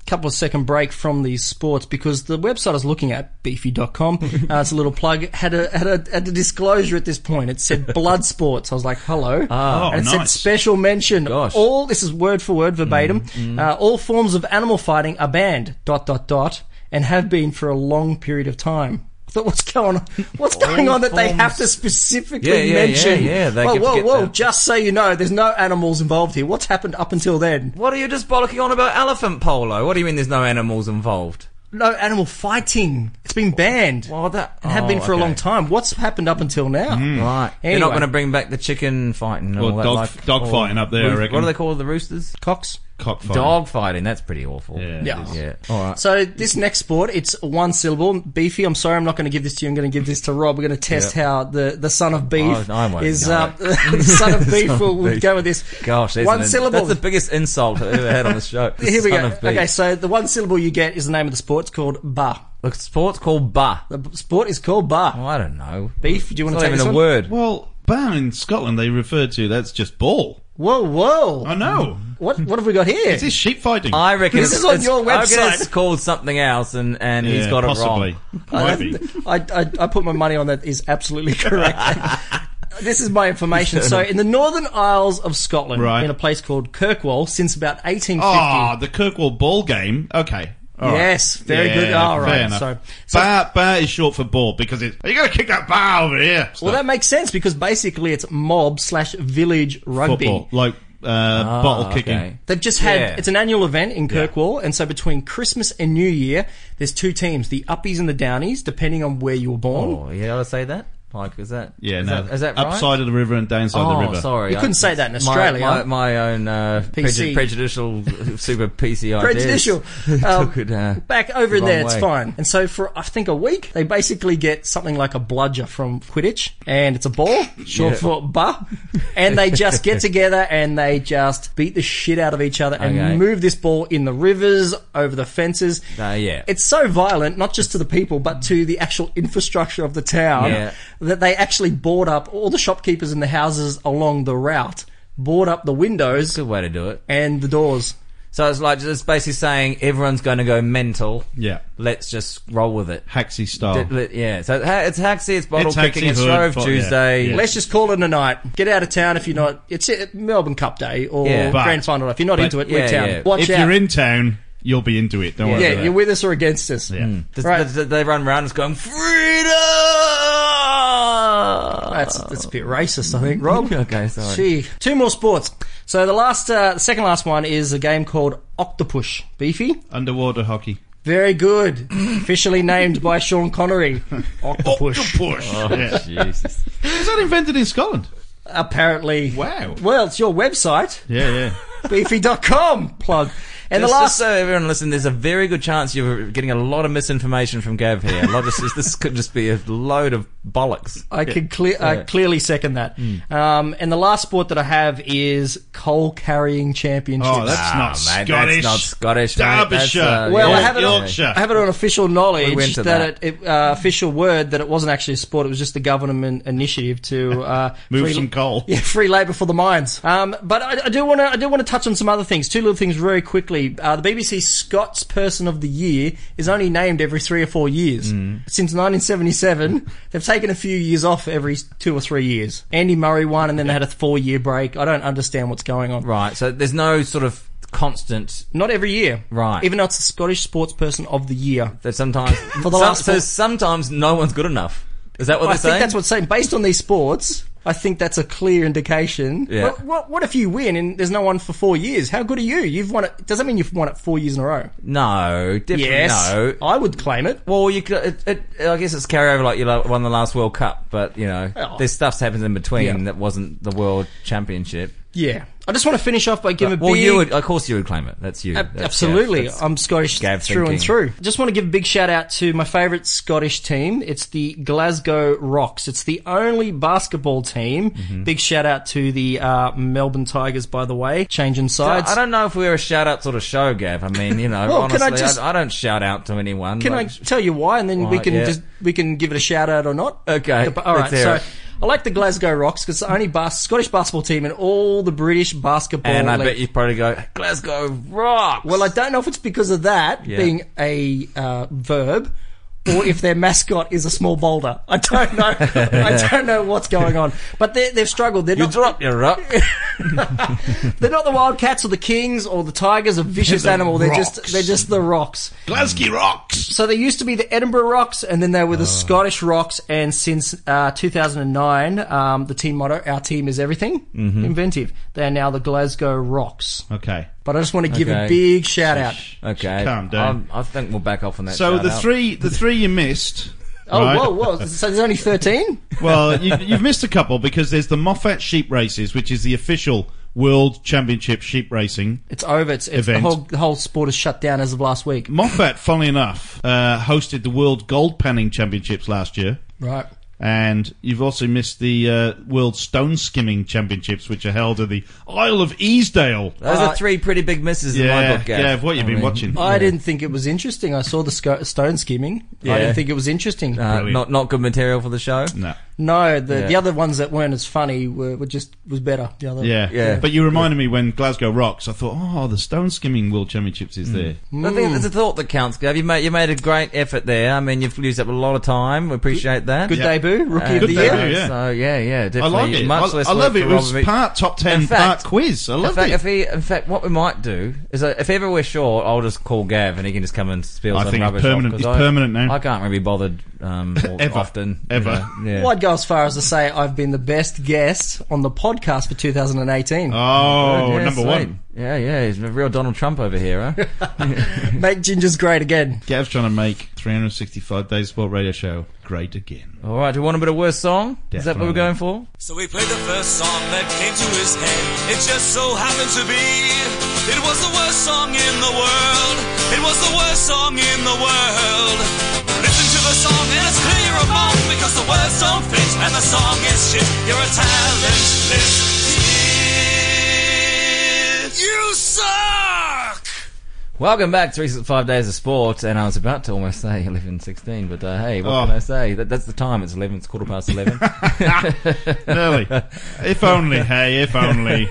couple of second break from these sports because the website I was looking [laughs] at, beefy.com, uh, it's a little plug, had a, had, a, had a disclosure at this point. It said blood sports. I was like, hello. Oh, and it said nice. special mention. Ah. Gosh. Mm, All, this is word for word verbatim. Uh, all forms of animal fighting are banned, dot, dot, dot, and have been for a long period of time. [laughs] I thought, What's going on? What's going on that they have to forms- specifically Yeah, yeah, yeah, mention? yeah, they whoa, get to whoa, get whoa! the- Just so you know, there's no animals involved here. What's happened up until then? What are you just bollocking on about elephant polo? What do you mean there's no animals involved? No animal fighting. It's been banned. Well, that and have oh, been for a long okay. Hmm. time. What's happened up until now? Right. You're not Anyway. going to bring back the chicken fighting and Or all that, dog- like, dog or- fighting up there, I What reckon. do they call the roosters? Cox. cockfight. Dog fighting. That's pretty awful. Yeah. Yeah. it is. Yeah. All right. So this next sport, it's one syllable. Beefy. I'm sorry, I'm not going to give this to you. I'm going to give this to Rob. We're going to test how the, the son of beef Oh, I won't is know uh, [laughs] [laughs] it. the son of beef. Son will of will beef. go with this. Gosh, that's one an- syllable. That's the biggest insult I've ever had on the show. The [laughs] Here we son go. of beef. Okay, so the one syllable you get is the name of the sport. It's called ba. The sport's called ba. The b- sport is called ba. Oh, I don't know. Beef, do you It's wanna not take even this a one? word? Well, ban in Scotland they refer to that's just ball. Whoa, whoa! I know. What what have we got here? It's this sheep fighting. Mm. I reckon This it's- is on it's- your I reckon website. it's called something else, and and yeah, he's got it possibly. wrong. Might [laughs] be. I, I, I put my money on that is [laughs] absolutely correct. this is my information. So, in the Northern Isles of Scotland, Right. in a place called Kirkwall, since about 1850. Ah, the Kirkwall ball game. Okay. All right. Yes, very good. All right, fair enough. so- so- bar, bar is short for ball because it's. Are you going to kick that bar over here? Well, that makes sense because basically it's mob slash village rugby. football, like uh, bottle kicking. Ah, Oh, okay. They've just had Yeah. it's an annual event in Kirkwall, and so between Christmas and New Year, there's two teams: the Uppies and the Downies, depending on where you were born. Oh. Oh, yeah, I would say that. Pike? Is that Yeah, is no. That, is that right? upside of the river and downside oh, of the river? sorry, You I- couldn't say that in my- Australia. My, my own uh, PC. preju- prejudicial, [laughs] super PC Prejudicial. ideas Um, took [laughs] it, uh, Back over the in there, wrong it's way. fine. And so for I think a week, they basically get something like a bludger from Quidditch, and it's a ball, short Yeah. for ba, and they [laughs] just get together and they just beat the shit out of each other and Okay. move this ball in the rivers, over the fences. Uh, yeah. it's so violent, not just to the people, but to the actual infrastructure of the town, Yeah. that they actually board up all the shopkeepers in the houses along the route, board up the windows Good way to do it. and the doors. So it's like it's basically saying everyone's going to go mental. Yeah. let's just roll with it. Haxi style. Let- let- Yeah, so ha- it's Haxi, it's bottle It's picking, Haxi it's Hood, Shrove but- yeah, Tuesday. yeah. Let's just call it a night. Get out of town if you're not. It's it, Melbourne Cup Day or Yeah. But- Grand Final. If you're not but- into it, yeah, we're town. yeah. Watch if out. you're in town, you'll be into it. Don't worry. yeah, about you're with us or against us. that. Yeah. Does- Right. does- does they run around, just going freedom. [laughs] That's that's a bit racist, I think. Rob, okay, sorry. Gee. two more sports. So the last, uh, the second last one is a game called Octopush. Beefy, Underwater hockey. very [laughs] good. Officially named by Sean Connery. Octopush. Oh, Push. Oh. Yeah. [laughs] Jesus. Is that invented in Scotland? Apparently. Wow. Well, it's [laughs] your website, Yeah, [laughs] yeah. beefy.com. Plug. And the Just- last just so everyone listen, there's a very good chance you're getting a lot of misinformation from Gav here. A lot of [laughs] this, this could just be a load of [laughs] bollocks. I could cle- I clearly second that. Mm. Um, and the last sport that I have is coal carrying championship. Oh, that's Ah, not mate, Scottish. That's not Scottish. mate. That's, Derbyshire. uh, Well, yeah. I have it on- Yorkshire. I have it on official knowledge We went to that, it, it uh, official word that it wasn't actually a sport. It was just the government initiative [laughs] to uh, Move free- some coal. [laughs] Yeah, free labour for the mines. Um, but I, I do want to I do want to touch on some other things. Two little things very quickly. Uh, the BBC Scots Person of the Year is only named every three or four years. Mm. Since 1977, they've taken a few years off every two or three years. Andy Murray won, and then they had a four year break. I don't understand what's going on. Right, so there's no sort of constant Not every year, Right. Even though it's the Scottish Sports Person of the Year. that sometimes [laughs] For the some- last so four- sometimes no one's good enough. Is that what I they're think saying? that's what's saying. Based on these sports, I think that's a clear indication. Yeah. What, what, what if you win and there's no one for four years? How good are you? You've won it. Doesn't mean you've won it four years in a row. no, definitely no. I would claim it. Well, you could. It, it, I guess it's carryover like you lo- won the last World Cup, but you know, Oh. there's stuff's happens in between Yeah. that wasn't the World Championship. Yeah. I just want to finish off by giving well, a big. you would, of course, you would claim it. That's you. Ab- That's- yeah, absolutely. that's- I'm Scottish Gav through and thinking. through. Just want to give a big shout out to my favourite Scottish team. It's the Glasgow Rocks. It's the only basketball team. Mm-hmm. Big shout out to the uh, Melbourne Tigers, by the way. Changing sides. I don't know if we're a shout out sort of show, Gav. I mean, you know, [laughs] Well, can honestly, I I, just- I don't shout out to anyone. Can like- I tell you why, and then we Right, can yeah. just we can give it a shout out or not? Okay, But- All right. let's hear So it. I like the Glasgow Rocks because it's the only bas- Scottish basketball team in all the British basketball. And I league. bet you probably go Glasgow Rocks. Well, I don't know if it's because of that Yeah. being a uh, verb. or if their mascot is a small boulder, I don't know. I don't know what's going on, but they- they've struggled. They're you not. drop your [laughs] rock. they're not the Wildcats or the Kings or the Tigers. A vicious the animal. They're Rocks. just. They're just the rocks. Glasgow rocks. So they used to be the Edinburgh Rocks, and then they were the Oh. Scottish Rocks. And since uh, 2009, um, the team motto, "Our team is everything," Mm-hmm. inventive. They are now the Glasgow Rocks. Okay. But I just want to give a Okay. big shout out. Okay, Calm down. I'm- I think we'll back off on that. So shout the out. three, the three you [laughs] missed. Oh, right? whoa, whoa! So there's only 13. Well, you, you've missed a couple because there's the Moffat Sheep Races, which is the official World Championship sheep racing. It's over. It's, it's the Event. whole the whole sport is shut down as of last week. Moffat, funnily enough, uh, hosted the World Gold Panning Championships last year. Right. And you've also missed the uh, World Stone Skimming Championships, which are held at the Isle of Easdale. Ah, Those Uh, are three pretty big misses in my Yeah, book, Gav. yeah, what you've I uh, been mean, watching. I didn't think it was interesting. I saw the sco- stone skimming. I Yeah. didn't think it was interesting. Uh, Brilliant. not not good material for the show. no. no, the, yeah. the other ones that weren't as funny were, were just was better. The other Yeah. Yeah. But you reminded me when Glasgow Rocks, I thought, oh, the Stone Skimming World Championships Hmm. is there. I think it's a thought that counts, Gav. You made you made a great effort there. I mean, you've used up a lot of time. We appreciate that. Good Yeah. debut, rookie Uh, of the Good year. debut, yeah. So yeah, yeah, definitely. I like it. I, Much less I love work it. It for was Robert. part top 10, In fact- part quiz. I In love fact, it. if he, in fact, what we might do is uh, if ever we're short, I'll just call Gav and he can just come and spill I some think he's rubbish. permanent- off, 'cause he's I, permanent now. I can't really be bothered [laughs] uh, um, or Ever. often. Ever. You know, yeah. Well, I'd go as far as to say I've been the best guest on the podcast for 2018. Oh, Yeah, number sweet. one. Yeah, yeah, he's a real Donald Trump over here, [laughs] huh? Make Ginger's great again. Gav's trying to make 365 Days of Sport Radio Show great [laughs] again. All right, do you want a bit of worst song? Is that what Definitely. we're going for? So he played the first song that came to his head. It just so happened to be. It was the worst song in the world. It was the worst song in the world. Listen to the song and it's clear of wrong because the words don't fit and the song is shit. You're a talentless idiot. You suck. Welcome back, 365 Days of Sport, and I was about to almost say [laughs] 11.16, but uh, hey, what Oh. can I say? That, that's the time, it's 11, it's quarter past [laughs] 11. Really? if only, hey, if [laughs] only.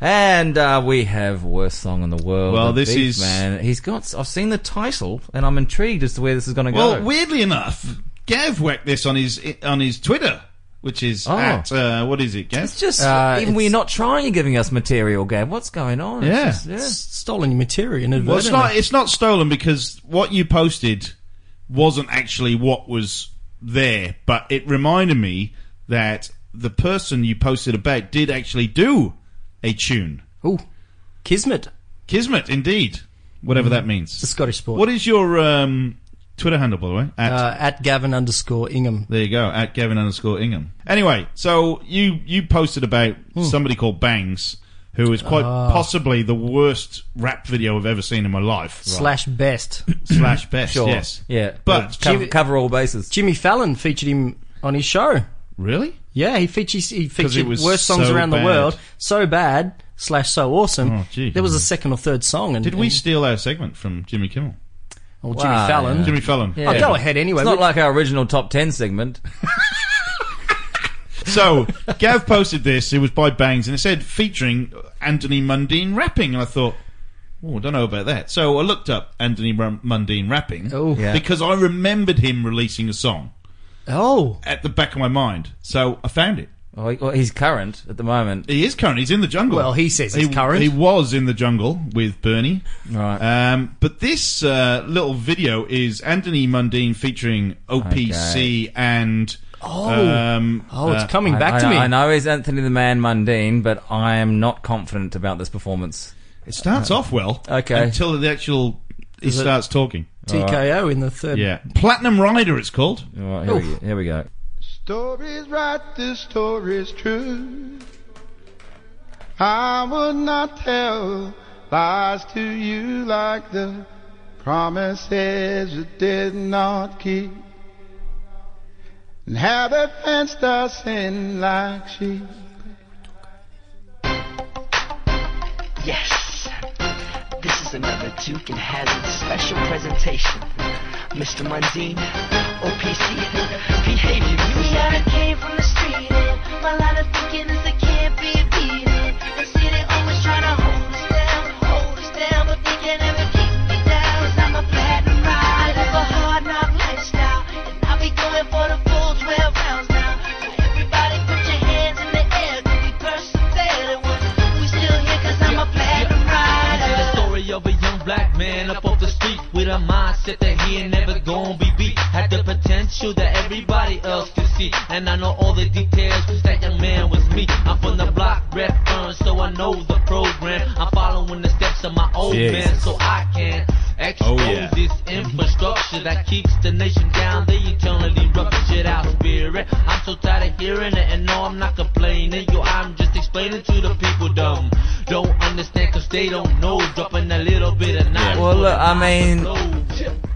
and uh, we have worst song in the world. Well, The this Beef is- Man, he's got, I've seen the title, and I'm intrigued as to where this is going to Well, go. Uh, weirdly enough, Gav whacked this on his on his Twitter, which is Oh. at uh, what is it, Gav? It's just, Uh, even when it's- you're not trying, you're giving us material, Gav. What's going on? It's Yeah. just- S- Stolen your material well, it's inadvertently. not it's not stolen because what you posted wasn't actually what was there, but it reminded me that the person you posted about did actually do a tune. Ooh, Kismet. Kismet, indeed, whatever that means. It's a Scottish sport. What is your um, Twitter handle, by the way? At, uh, at Gavin underscore Ingham. there you go, at Gavin underscore Ingham. Anyway, so you you posted about somebody called Bangs, who is quite possibly the worst rap video I've ever seen in my life. Slash best. Slash best, Sure. yes. Yeah. But- cover, cover all bases. Jimmy Fallon featured him on his show. Really? Yeah, he features he featured was worst songs so around bad. the world. So bad slash so awesome. Oh, gee. There was a second or third song, and Did we and- steal our segment from Jimmy Kimmel? or Jimmy Wow, Fallon? Jimmy Fallon. Yeah. Oh, go ahead anyway. It's not We- like our original top 10 segment. So Gav posted this. It was by Bangs, and it said featuring Anthony Mundine rapping. And I thought, oh, I don't know about that. So I looked up Anthony Rum- Mundine rapping Oh. Yeah. because I remembered him releasing a song oh, at the back of my mind. So I found it. Oh, he- well, he's current at the moment. He is current. He's in the jungle. Well, he says he's He- current. He was in the jungle with Bernie. Right. Um, but this uh, little video is Anthony Mundine featuring OPC and. um, oh, it's uh, coming I- back I, to me. I know he's Anthony the Man Mundine, but I am not confident about this performance. It starts off well. Okay. Until the actual. He it- starts talking. TKO in the third. Yeah. Platinum Rider, it's called. All right, here, we, go- here we go. Story's right, this story's true. I would not tell lies to you like the promises you did not keep. And have it fenced us in like sheep. Yes. This is another Duke and Hazard special presentation. Mr. Mundine, OPC, behavior. See, I came from the street, and my line of thinking is it can't be beaten. They see they always try to hold us down, hold us down, but they can never keep me down. i I'm a platinum rider. I live a hard knock lifestyle, and I'll be going for the full 12 rounds now. So everybody put your hands in the air, 'cause we persevered, and we're- we still here i I'm a platinum rider. the story of a young black man up off the street with a mindset that he ain't never gonna be beat. Had the potential that everybody else could see. And I know all the details, cause that young man was me. I'm from the block, rep firm, so I know the program. I'm following the steps of my old man, so I can expose Oh, yeah. this infrastructure that keeps the nation down. They eternally rubbish it out, spirit. I'm so tired of hearing it, and no, I'm not complaining. Yo, I'm just explaining to the people dumb. Don't understand 'cause they don't know. Dropping a little bit of knowledge. Well, look, I mean,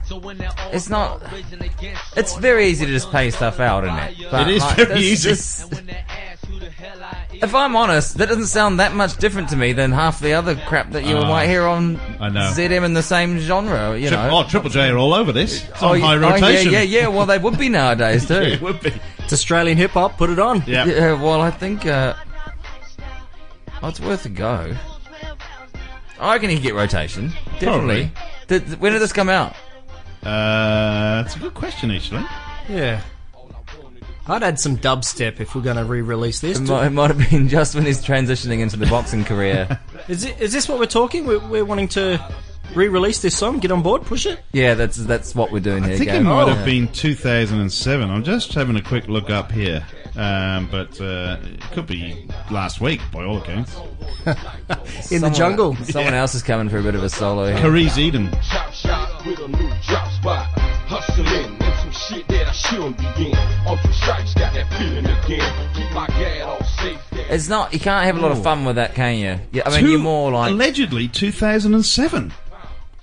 So when they're all it's not- raising against It's all very the easy to just pay stuff out, isn't it? It is very easy. And when they ask who the hell I am. if I'm honest, that doesn't sound that much different to me than half the other crap that you Ah, might hear on I know. ZM in the same genre, you Tri- know. oh, Triple J are all over this. It's on you- high yeah, rotation. yeah, yeah, Well, they would be nowadays, it too. would be. It's Australian hip hop. Put it on. [laughs] Yeah. yeah, well, I think uh, oh, I'll it's worth a go. go. I reckon he can get rotation. Definitely. Th- th- when did this come out? Uh, that's a good question, actually. Yeah. I'd add some dubstep if we're going to re-release this. It might, it might have [laughs] been just when he's transitioning into the boxing career. Is, it, is this what we're talking? We're, we're wanting to re-release this song? Get on board, push it. Yeah, that's that's what we're doing here. I think it Gav. might have Yeah. been 2007. I'm just having a quick look up here, um, but uh, it could be last week by all accounts. In the Someone- jungle. someone else is coming for a bit of a solo here. Cariz Eden. Chop shop with a new drop spot. Hustling and some shit that I shouldn't be in. On two strikes, got that feeling again. Keep my gad all safe. It's not. You can't have a lot of fun with that, can you? Yeah, I mean, Two- you're more like allegedly 2007.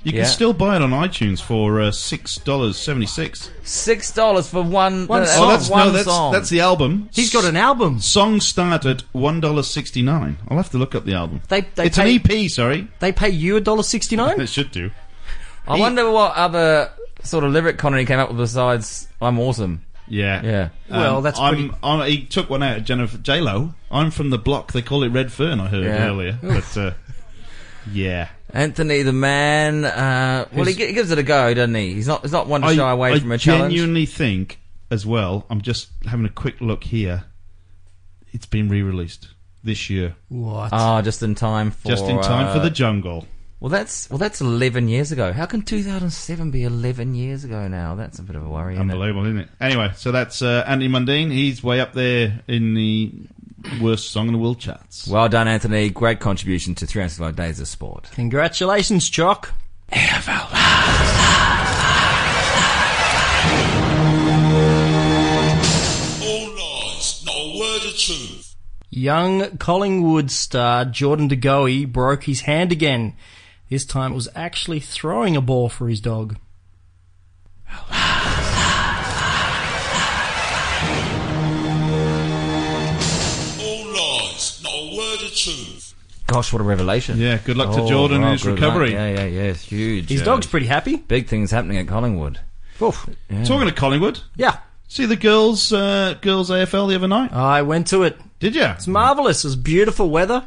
You Yeah. can still buy it on iTunes for uh, six dollars seventy six. six dollars for one. oh, no, that's that's, not one no, that's, song. that's the album. He's got an album. Song start at one dollar sixty nine. I'll have to look up the album. They, they it's pay, an E EP. Sorry, they pay you a dollar sixty nine. It should do. E I wonder what other sort of lyric Connery came up with besides "I'm awesome." Yeah, yeah. Um, I'm, I'm, he took one out at Jennifer J Lo. I'm from the block. They call it Red Fern. I heard Yeah. earlier, Oof. but uh, yeah. Anthony the man. Uh, well, he, He's- gi- he gives it a go, doesn't he? He's not. He's not one to shy away I from a challenge. genuinely think, as well, I'm just having a quick look here. It's been re released this year. What? Ah, just in time for Just in time for uh, the jungle. Well, that's well, that's eleven years ago. How can 2007 be eleven years ago now? That's a bit of a worry. Isn't it? Unbelievable, isn't it? Anyway, so that's uh, Anthony Mundine. He's way up there in the worst song in the world charts. Well done, Anthony. Great contribution to 365 Days of Sport. Congratulations, Jock. Oh, All lies, not a word of truth. Young Collingwood star Jordan De DeGoey broke his hand again. This time it was actually throwing a ball for his dog. Oh, All lies, not a word of truth. Gosh, what a revelation. Yeah, good luck to Oh, Jordan in well, his good recovery. luck. Yeah, yeah, yeah. It's huge. His dog's pretty happy. Big things happening at Collingwood. Yeah. Talking to Collingwood. Yeah. See the girls uh, girls AFL the other night? Oh. I went to it. Did you? It's marvellous. It was beautiful weather.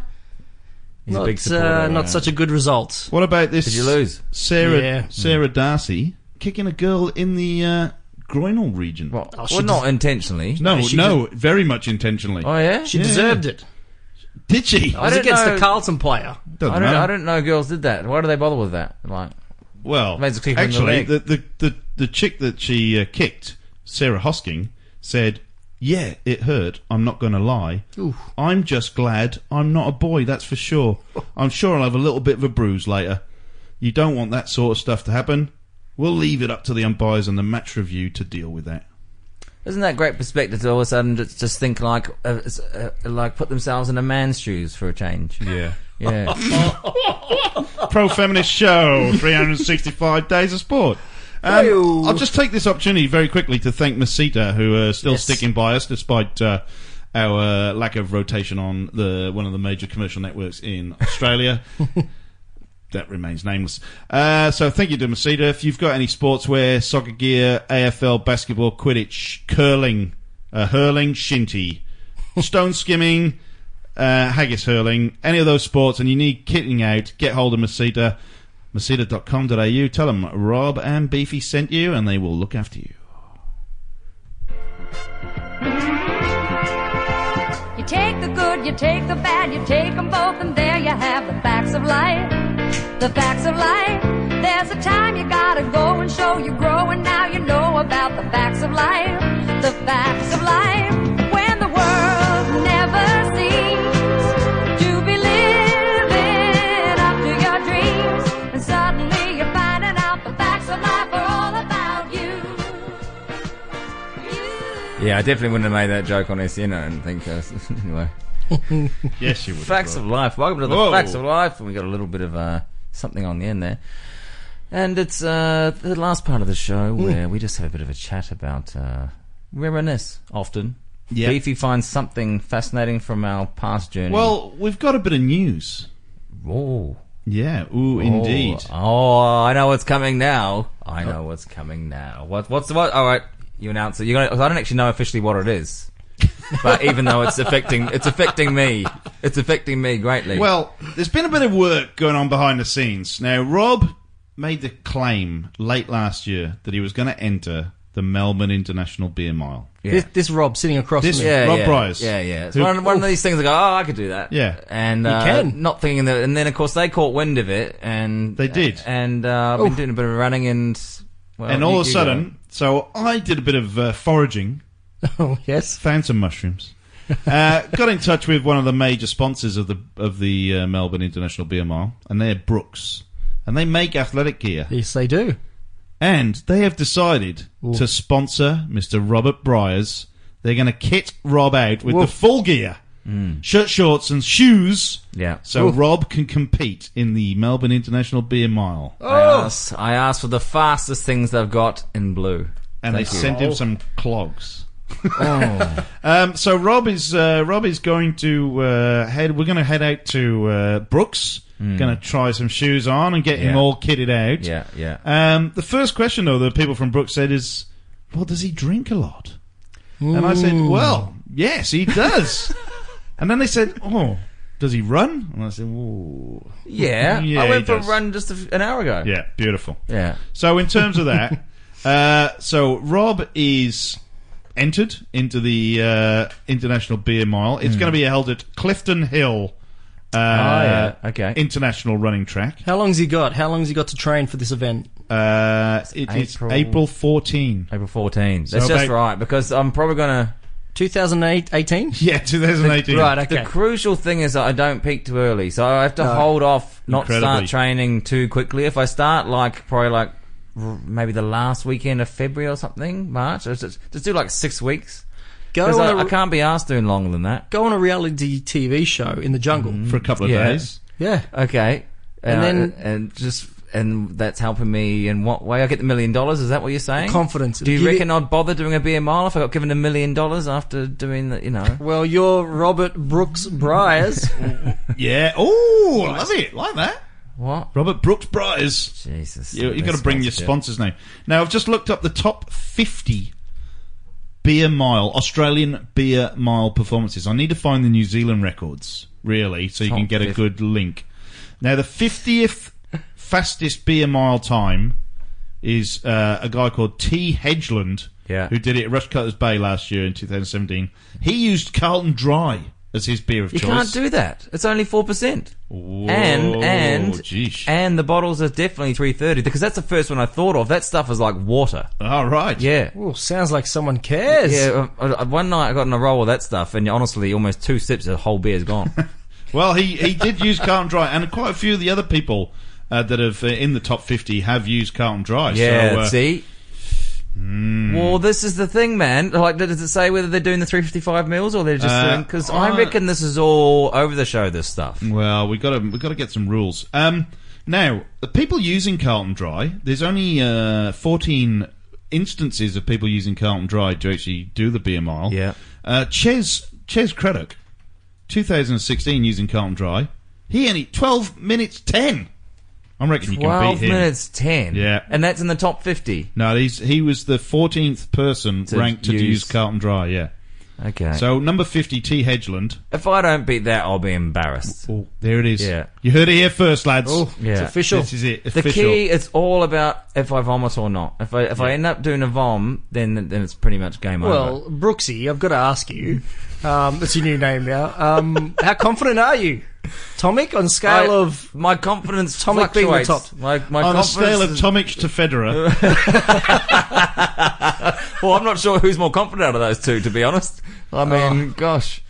He's a not, big supporter, uh, not yeah. such a good result. What about this? Did you lose? Sarah Yeah. Sarah Darcy kicking a girl in the uh, groinal region. Well, she well, not des- intentionally. No, She no, very much intentionally. Oh, yeah? She deserved it. Did she? I was against the Carlton player. Doesn't I don't, matter. I don't know girls did that. Why do they bother with that? Like, Well, Made us kick her in the actually, leg. the, the, the, the chick that she uh, kicked, Sarah Hosking, said, Yeah, it hurt. I'm not going to lie. Oof. I'm just glad I'm not a boy, that's for [laughs] sure. I'm sure I'll have a little bit of a bruise later. You don't want that sort of stuff to happen. We'll leave it up to the umpires and the match review to deal with that. isn't that great perspective to all of a sudden just, just think like, uh, it's, uh, like put themselves in a man's shoes for a [laughs] change? Yeah. Yeah. Pro Feminist Show, 365 Days of Sport. Um, I'll just take this opportunity very quickly to thank Masita, who are still Yes. sticking by us despite uh, our uh, lack of rotation on the one of the major commercial networks in Australia. that remains nameless. Uh, so thank you to Masita. If you've got any sportswear, soccer gear, AFL, basketball, Quidditch, curling, uh, hurling, shinty, stone skimming, uh, haggis hurling, any of those sports, and you need kitting out, get hold of Masita, masita.com.au. Tell them Rob and Beefy sent you, and they will look after you. You take the good, you take the bad, you take them both, and there you have the facts of life. The facts of life. There's a time you gotta go and show you grow, and now you know about the facts of life. The facts of life. When the world never seems to be living up to your dreams, and suddenly you're finding out the facts of life are all about you. yeah, I definitely wouldn't have made that joke on SN, I don't think. Uh, [laughs] anyway. Yes, you would. Facts of life. Welcome to the Whoa. facts of life. And we got a little bit of uh, something on the end there. And it's uh, the last part of the show where we just have a bit of a chat about uh, reminisce often. Yeah. Beefy finds something fascinating from our past journey. Well, we've got a bit of news. Oh. Yeah, ooh, Oh, indeed. Oh, I know what's coming now. I know what's coming now. What? What's the what? All right, you announce it. You're gonna. 'cause I don't actually know officially what it is, but even though it's affecting, it's affecting me. It's affecting me greatly. Well, there's been a bit of work going on behind the scenes. Now, Rob made the claim late last year that he was going to enter the Melbourne International Beer Mile. This, this Rob sitting across This from me. Yeah, Rob yeah. Bryars. Yeah, yeah. It's Who- one, one of these things I go, oh, I could do that. Yeah. And You uh, can. Not thinking that. And then, of course, they caught wind of it. and They did. And uh, I've been doing a bit of running and. Well, and all Oh, you- of a you go. sudden, so I did a bit of uh, foraging. Oh [laughs] yes, found some mushrooms. uh, got in touch with one of the major sponsors of the of the uh, Melbourne International Beer Mile, and they're Brooks, and they make athletic gear. Yes, they do. And they have decided to sponsor Mr. Robert Bryars. They're going to kit Rob out with the full gear, shirt, shorts, and shoes. Yeah. So Oof. Rob can compete in the Melbourne International Beer Mile. I, asked, I asked for the fastest things they've got in blue. and they Thank you. Oh. sent him some [laughs] clogs. um, so Rob is uh, Rob is going to uh, head. We're going to head out to uh, Brooks. Going to try some shoes on and get him Hmm. Yeah. all kitted out. Yeah, yeah. Um, the first question though that people from Brooks said is, "Well, does he drink a lot?" And I said, Ooh. "Well, yes, he [laughs] does." and then they said, "Oh, does he run?" And I said, "Whoa, [laughs] Yeah. I he went for does." a run just a f an hour ago. Yeah, beautiful. Yeah. So in terms of [laughs] that, uh, so Rob is entered into the uh, International Beer Mile. It's Hmm. going to be held at Clifton Hill. Uh, Ah, okay. International running track. How long's he got? How long's he got to train for this event? Uh, it is April- April 14. April 14. That's just right because I'm probably going to. 2018? Yeah, [laughs] 2018. right, okay. The crucial thing is that I don't peak too early, so I have to No. hold off, not Incredibly. start training too quickly. If I start like probably like r- maybe the last weekend of February or something, March, or just, just do like six weeks. Go 'Cause on I, a- I can't be asked doing longer than that. Go on a reality TV show in the jungle For a couple of days. Yeah. Okay. And Uh, then- and just and that's helping me in what way? I get the million dollars. Is that what you're saying? confidence. Do you Give it- reckon I'd bother doing a beer mile if I got given a million dollars after doing the? You know. Well, you're Robert Brooks Bryars. [laughs] Yeah. Oh, I love it. Like that. What? Robert Brooks Bryars. Jesus. You, you've got to bring your sponsors now. Now, I've just looked up the top 50 beer mile, Australian beer mile performances. I need to find the New Zealand records, really, so you can Top get a 50. good link. Now, the 50th fastest beer mile time is uh, a guy called T. Hedgeland, Yeah. who did it at Rushcutters Bay last year in 2017. He used Carlton Dry as his beer of You choice. can't do that. It's only four percent. And and and the bottles are definitely three thirty because that's the first one I thought of. That stuff is like water. All right. Yeah. Ooh, sounds like someone cares. Yeah. uh, uh, One night I got in a roll with that stuff, and honestly, almost two sips, the whole beer's [laughs] gone. Well, he, he did use Carlton Dry, and quite a few of the other people uh, that have uh, in the top 50 have used Carlton Dry. yeah. so, uh, Hmm. see. Well, this is the thing, man. Like, does it say whether they're doing the three fifty five mils or they're just Uh, doing? Because I I- Mm, reckon this is all over the show. This stuff. Well, we got to we got to get some rules. Um, now, the people using Carlton Dry, there's only uh, 14 instances of people using Carlton Dry to actually do the beer mile. Yeah. Uh, Ches Ches Craddock, 2016, using Carlton Dry. He only 12 minutes 10. I reckon you can Twelve beat him. minutes ten. Yeah. And that's in the top fifty. No, he's he was the fourteenth person To ranked to use- use Carlton Dry. Yeah. Okay. So number fifty, T. Hedgeland. Oh, If I don't beat that, I'll be embarrassed. There it is. Yeah. You heard it here first, lads. Oh, yeah. This is it. The Official. key, it's all about if I vomit or not. If I if I end up doing a vom, then then it's pretty much game Well, Brooksy, I've got to ask you. Um, that's your new name now. Um, how confident are you, Tomic? On a scale I- of my confidence, Tomic being the top. fluctuates. My- my On a confidence scale of is- Tomic to Federer, [laughs] over. Well, I'm not sure who's more confident out of those two, to be honest. I mean, gosh,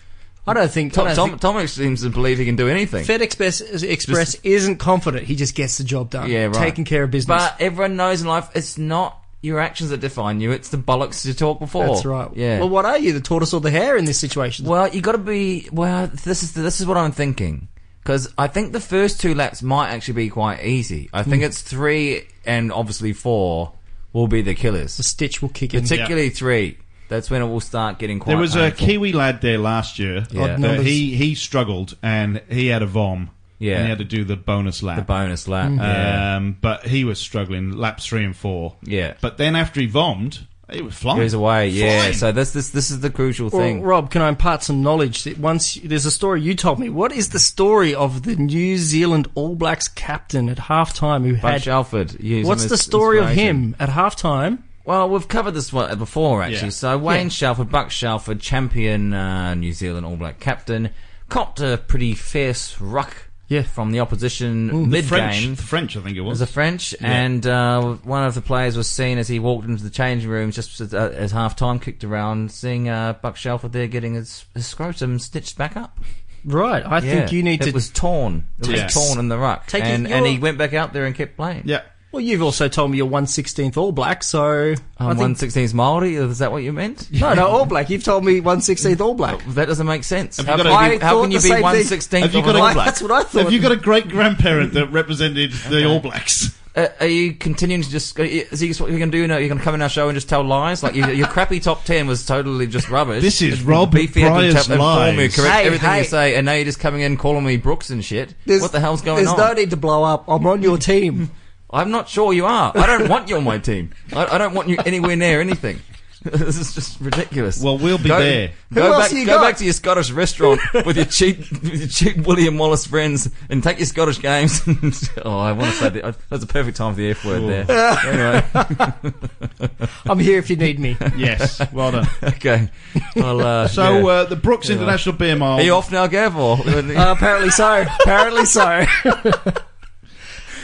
I don't think Oh. Tom, I Tom, don't Tomic seems to believe he can do anything. think- Fed Express, Express isn't confident. He just gets the job done. yeah, right. Taking care of business. But everyone knows in life, it's not your actions that define you; it's the bollocks you talk before. That's right. oh, Yeah. Well, what are you, the tortoise or the hare in this situation? Well, you got to be. Well, this is this is what I'm thinking because I think the first two laps might actually be quite easy. I think Mm. it's three and obviously four will be the killers. The stitch will kick in. particularly three. That's when it will start getting quite. there was painful. a Kiwi lad there last year. Yeah. Odd Uh, numbers. he he struggled and he had a vom. Yeah. And he had to do the bonus lap. The bonus lap. Hmm. Um, Mm. yeah. But he was struggling laps three and four. Yeah. But then after he vommed, he was flying. It was away. Yeah. Flying. So this this this is the crucial Well, thing. Rob, can I impart some knowledge? That once there's a story you told me. What is the story of the New Zealand All Blacks captain at half time who Bunch had Alford. using What's his the story of inspiration. him at halftime? Well, we've covered this one before, actually. Yeah. So Wayne Yeah. Shelford, Buck Shelford, champion uh, New Zealand All Black captain, copped a pretty fierce ruck from the opposition Ooh, the mid French- game. the French, I think it was. It was a French, Yeah. and uh, one of the players was seen as he walked into the changing room just as, uh, as half time kicked around, seeing uh, Buck Shelford there getting his, his scrotum stitched back up. Right, I think you need it to- It was torn. It Yes. was torn in the ruck, Take it- and, you're- and he went back out there and kept playing. Yeah. Well, you've also told me you're one sixteenth All Black, so Um, one sixteenth Maori. Is that what you meant? No, no, All Black. You've told me one sixteenth All Black. That doesn't make sense. Have you How- got a- I how thought can you the be same thing. one sixteenth Have you of got an a- All Black? That's what I thought. Have you got a great grandparent that represented the All [laughs] Blacks? Uh, are you continuing to just? Is this what you're going to do now? You're going to come in our show and just tell lies? Like your, your crappy top ten was totally just rubbish. This is It'd Rob be fair to Breyer's tell- inform lies. me, correct Hey, everything hey. you say, and now you're just coming in calling me Brooks and shit. There's- what the hell's going there's on? no need to blow up. I'm on [laughs] your team. I'm not sure you are. I don't want you on my team. I, I don't want you anywhere near anything. [laughs] this is just ridiculous. Well, we'll be go, there. Go, Who else back, you go got? back to your Scottish restaurant [laughs] with your cheap, with your cheap William Wallace friends, and take your Scottish games. [laughs] oh, I want to say that. That's a perfect time for the F word there. Anyway. [laughs] I'm here if you need me. Yes, well done. okay. Well, uh, So, yeah. uh, the Brooks International Beer Mile- Are you off now, Gav? [laughs] Or Uh, apparently so. Apparently so.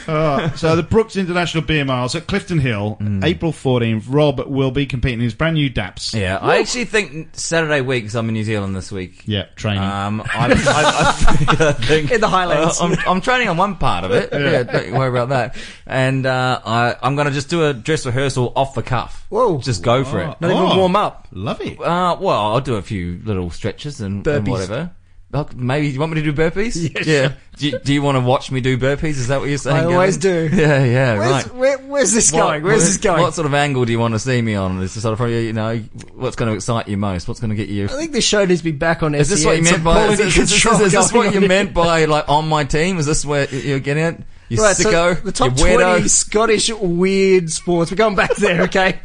Uh, so the Brooks International Beer Miles at Clifton Hill, Mm. April 14th. Rob will be competing in his brand new DAPS. Yeah, I actually think Saturday week 'cause I'm in New Zealand this week. Yeah, training. Um, I, I, [laughs] I think In the Highlands. Uh, [laughs] I'm, I'm training on one part of it. [laughs] Yeah. Yeah, don't you worry about that. And uh, I, I'm going to just do a dress rehearsal off the cuff. Whoa, just go for it. Not even warm up. Love it. Uh, well, I'll do a few little stretches and, and Burpees. whatever. Oh, Maybe you want me to do burpees? [laughs] Yeah, yeah. sure. Do, you, do you want to watch me do burpees? Is that what you're saying? I always Gavin? do. Yeah, yeah. Where's- right. where- where's this going? Where's what- this going? What sort of angle do you want to see me on? Is this sort of probably you know what's going to excite you most? What's going to get you? I think this show needs to be back on. Is this SEN, what you some meant by? Is quality this, is this- control is this going what you on. meant by like on my team? Is this where you're getting it? You right, sicko. So the top you weirdo. 20 Scottish weird sports. We're going back there, [laughs] okay?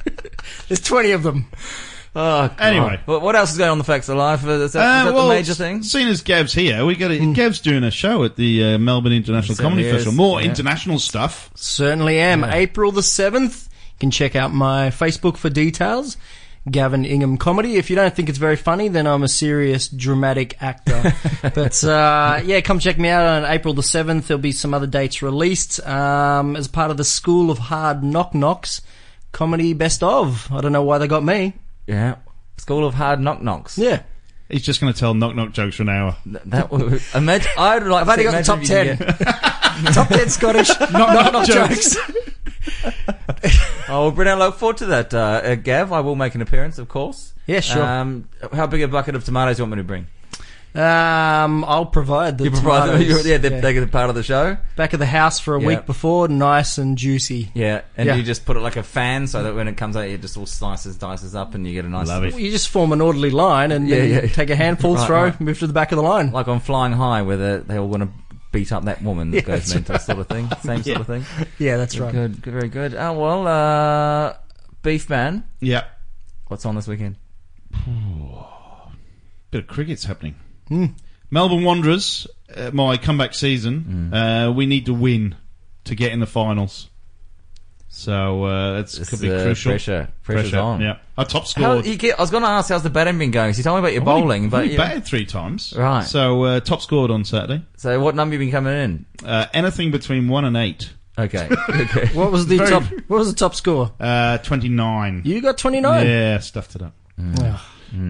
There's 20 of them. Oh, God. [laughs] Anyway. what, what else is going on in the facts of life? Is that, is Uh, that well, the major thing? Seeing as Gav's here, we got a, Gav's doing a show at the uh, Melbourne International Certainly Comedy is, Festival. More yeah. international stuff. Certainly am. April the 7th. You can check out my Facebook for details. Gavin Ingham comedy. If you don't think it's very funny, then I'm a serious [laughs] dramatic actor. but uh, yeah, come check me out on April the 7th. There'll be some other dates released um, as part of the School of Hard Knock Knocks comedy best of. I don't know why they got me. Yeah. School of Hard Knock Knocks. Yeah. He's just going to tell knock knock jokes for an hour. That would, imagine, I'd like I've to only imagine got the if top you could 10. get- [laughs] top [laughs] 10 Scottish knock knock, [laughs] jokes. oh, well, Brennan, I look forward to that. Uh, uh, Gav, I will make an appearance, of course. Yeah, sure. Um, how big a bucket of tomatoes do you want me to bring? Um, I'll provide the you provide them. [laughs] tomatoes. yeah, they're, they're part of the show. Back of the house for a Yeah. week before, nice and juicy. Yeah, and Yeah. you just put it like a fan so that when it comes out, it just all slices, dices up, and you get a nice. Well, You just form an orderly line and Yeah, then yeah. take a handful, Right, throw, right. move to the back of the line. Like on Flying High, where they, they all want to beat up that woman that Yeah, goes that's mental, right. sort of thing. Same sort of Yeah. thing. Yeah, that's right. Good, good, very good. Oh well, uh, Beef Man. Yeah. What's on this weekend? Bit of cricket's happening. Hmm. Melbourne Wanderers, uh, my comeback Hmm. season. Uh, we need to win to get in the finals. So uh, that's It's, could be uh, crucial. pressure. Pressure's on. Yeah, our top How, scorer. you get, I was going to ask how's the batting been going. 'cause You told me about your Well, we- bowling, but we you- batted three times. Right. So uh, top scored on Saturday. So what number you been coming in? Uh, anything between one and eight. [laughs] Okay. Okay. What was the Very- top? What was the top score? Uh, twenty nine. You got twenty nine. Yeah, stuffed it up. Ugh.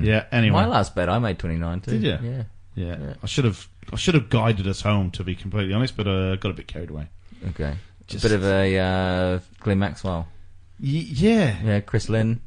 Yeah. Anyway, Hmm. My last bet, I made twenty nine too. Did you? Yeah. yeah. I should have. I should have guided us home, to be completely honest, but uh, got a bit carried away. Okay. Just- a bit of a uh, Glenn Maxwell. Y- yeah. Yeah, Chris Lynn.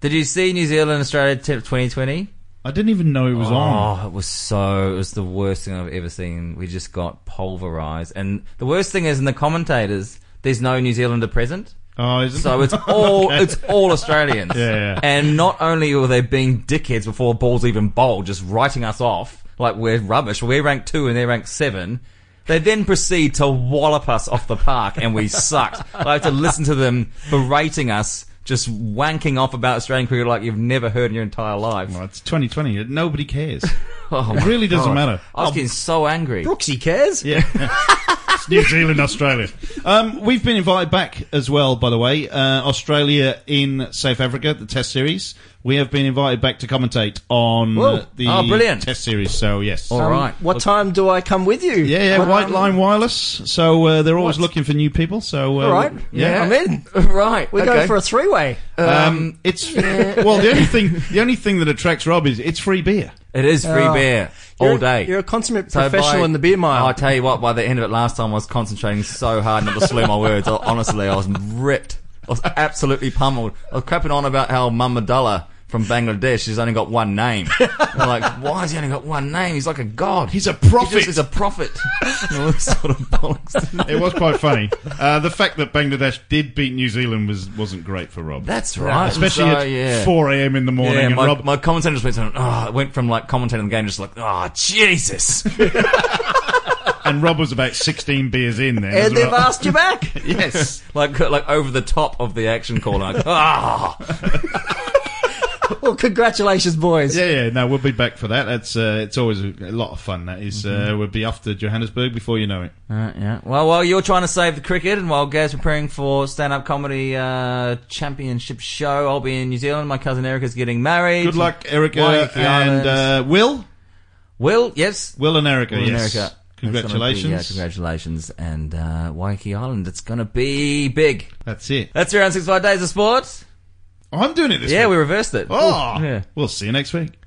Did you see New Zealand Australia Tip 2020? I didn't even know it was oh, on. it was so. It was the worst thing I've ever seen. We just got pulverized, and the worst thing is, in the commentators, there's no New Zealander present. Oh, isn't so it? it's all [laughs] [laughs] Okay. it's all Australians. Yeah, yeah. And not only were they being dickheads before balls even bowled, just writing us off like we're rubbish. We're ranked two and they're ranked seven. They then proceed to wallop us off the park and we sucked. I had to listen to them berating us, just wanking off about Australian cricket like you've never heard in your entire life. Well, it's 2020. Nobody cares. [laughs] Oh, it really my doesn't God. um, matter. I was Oh, getting so angry. Brooksy cares. Yeah. New Zealand, Australia. Um, we've been invited back as well, by the way. Uh, Australia in South Africa, the Test Series. We have been invited back to commentate on Whoa. uh, the Oh, brilliant. Test Series. So yes, Um, What time do I come with you? Um, Yeah, Yeah, White Line Wireless. So uh, they're always looking for new people. So uh, All right. yeah. I'm in. [laughs] Right. We're okay. going for a three way. Um, it's [laughs] well the only thing the only thing that attracts Rob is it's free beer. It is free Oh. beer You're all a- day. you're a consummate professional in the beer mile. I tell you what, by the end of it last time, I was concentrating so hard not to slur my words. I- Honestly, I was ripped. I was absolutely pummeled. I was crapping on about how Mamadullah from Bangladesh has only got one name. I'm like, why has he only got one name? He's like a god. He's a prophet. He's a prophet. And all this sort of bollocks. It was quite funny. Uh, the fact that Bangladesh did beat New Zealand was wasn't great for Rob. That's right. especially So, at uh, yeah. four a.m. in the morning. Yeah, and my, Rob, my commentator just went, to- oh, it went from like commentating the game, just like, oh, [laughs] Jesus. and Rob was about sixteen beers in there. And they've asked [laughs] you back. yes, like like over the top of the action call. Like, ah, Well, congratulations, boys. Yeah, yeah. No, we'll be back for that. That's uh, it's always a a lot of fun. That is, Mm-hmm. uh, we'll be off to Johannesburg before you know it. Uh, yeah. Well, while you're trying to save the cricket, and while Gaz preparing for stand-up comedy uh, championship show, I'll be in New Zealand. My cousin Erica's getting married. Good luck, Erica Waiheke and uh, Islands. Will. Will, yes, Will and Erica. Will and yes. Erica. Congratulations. It's gonna be- yeah, congratulations, and uh, Waikiki Island. It's gonna be big. That's it. Oh, That's around six five days of sport. I'm doing it this Yeah, week. we reversed it. Oh, yeah. we'll see you next week.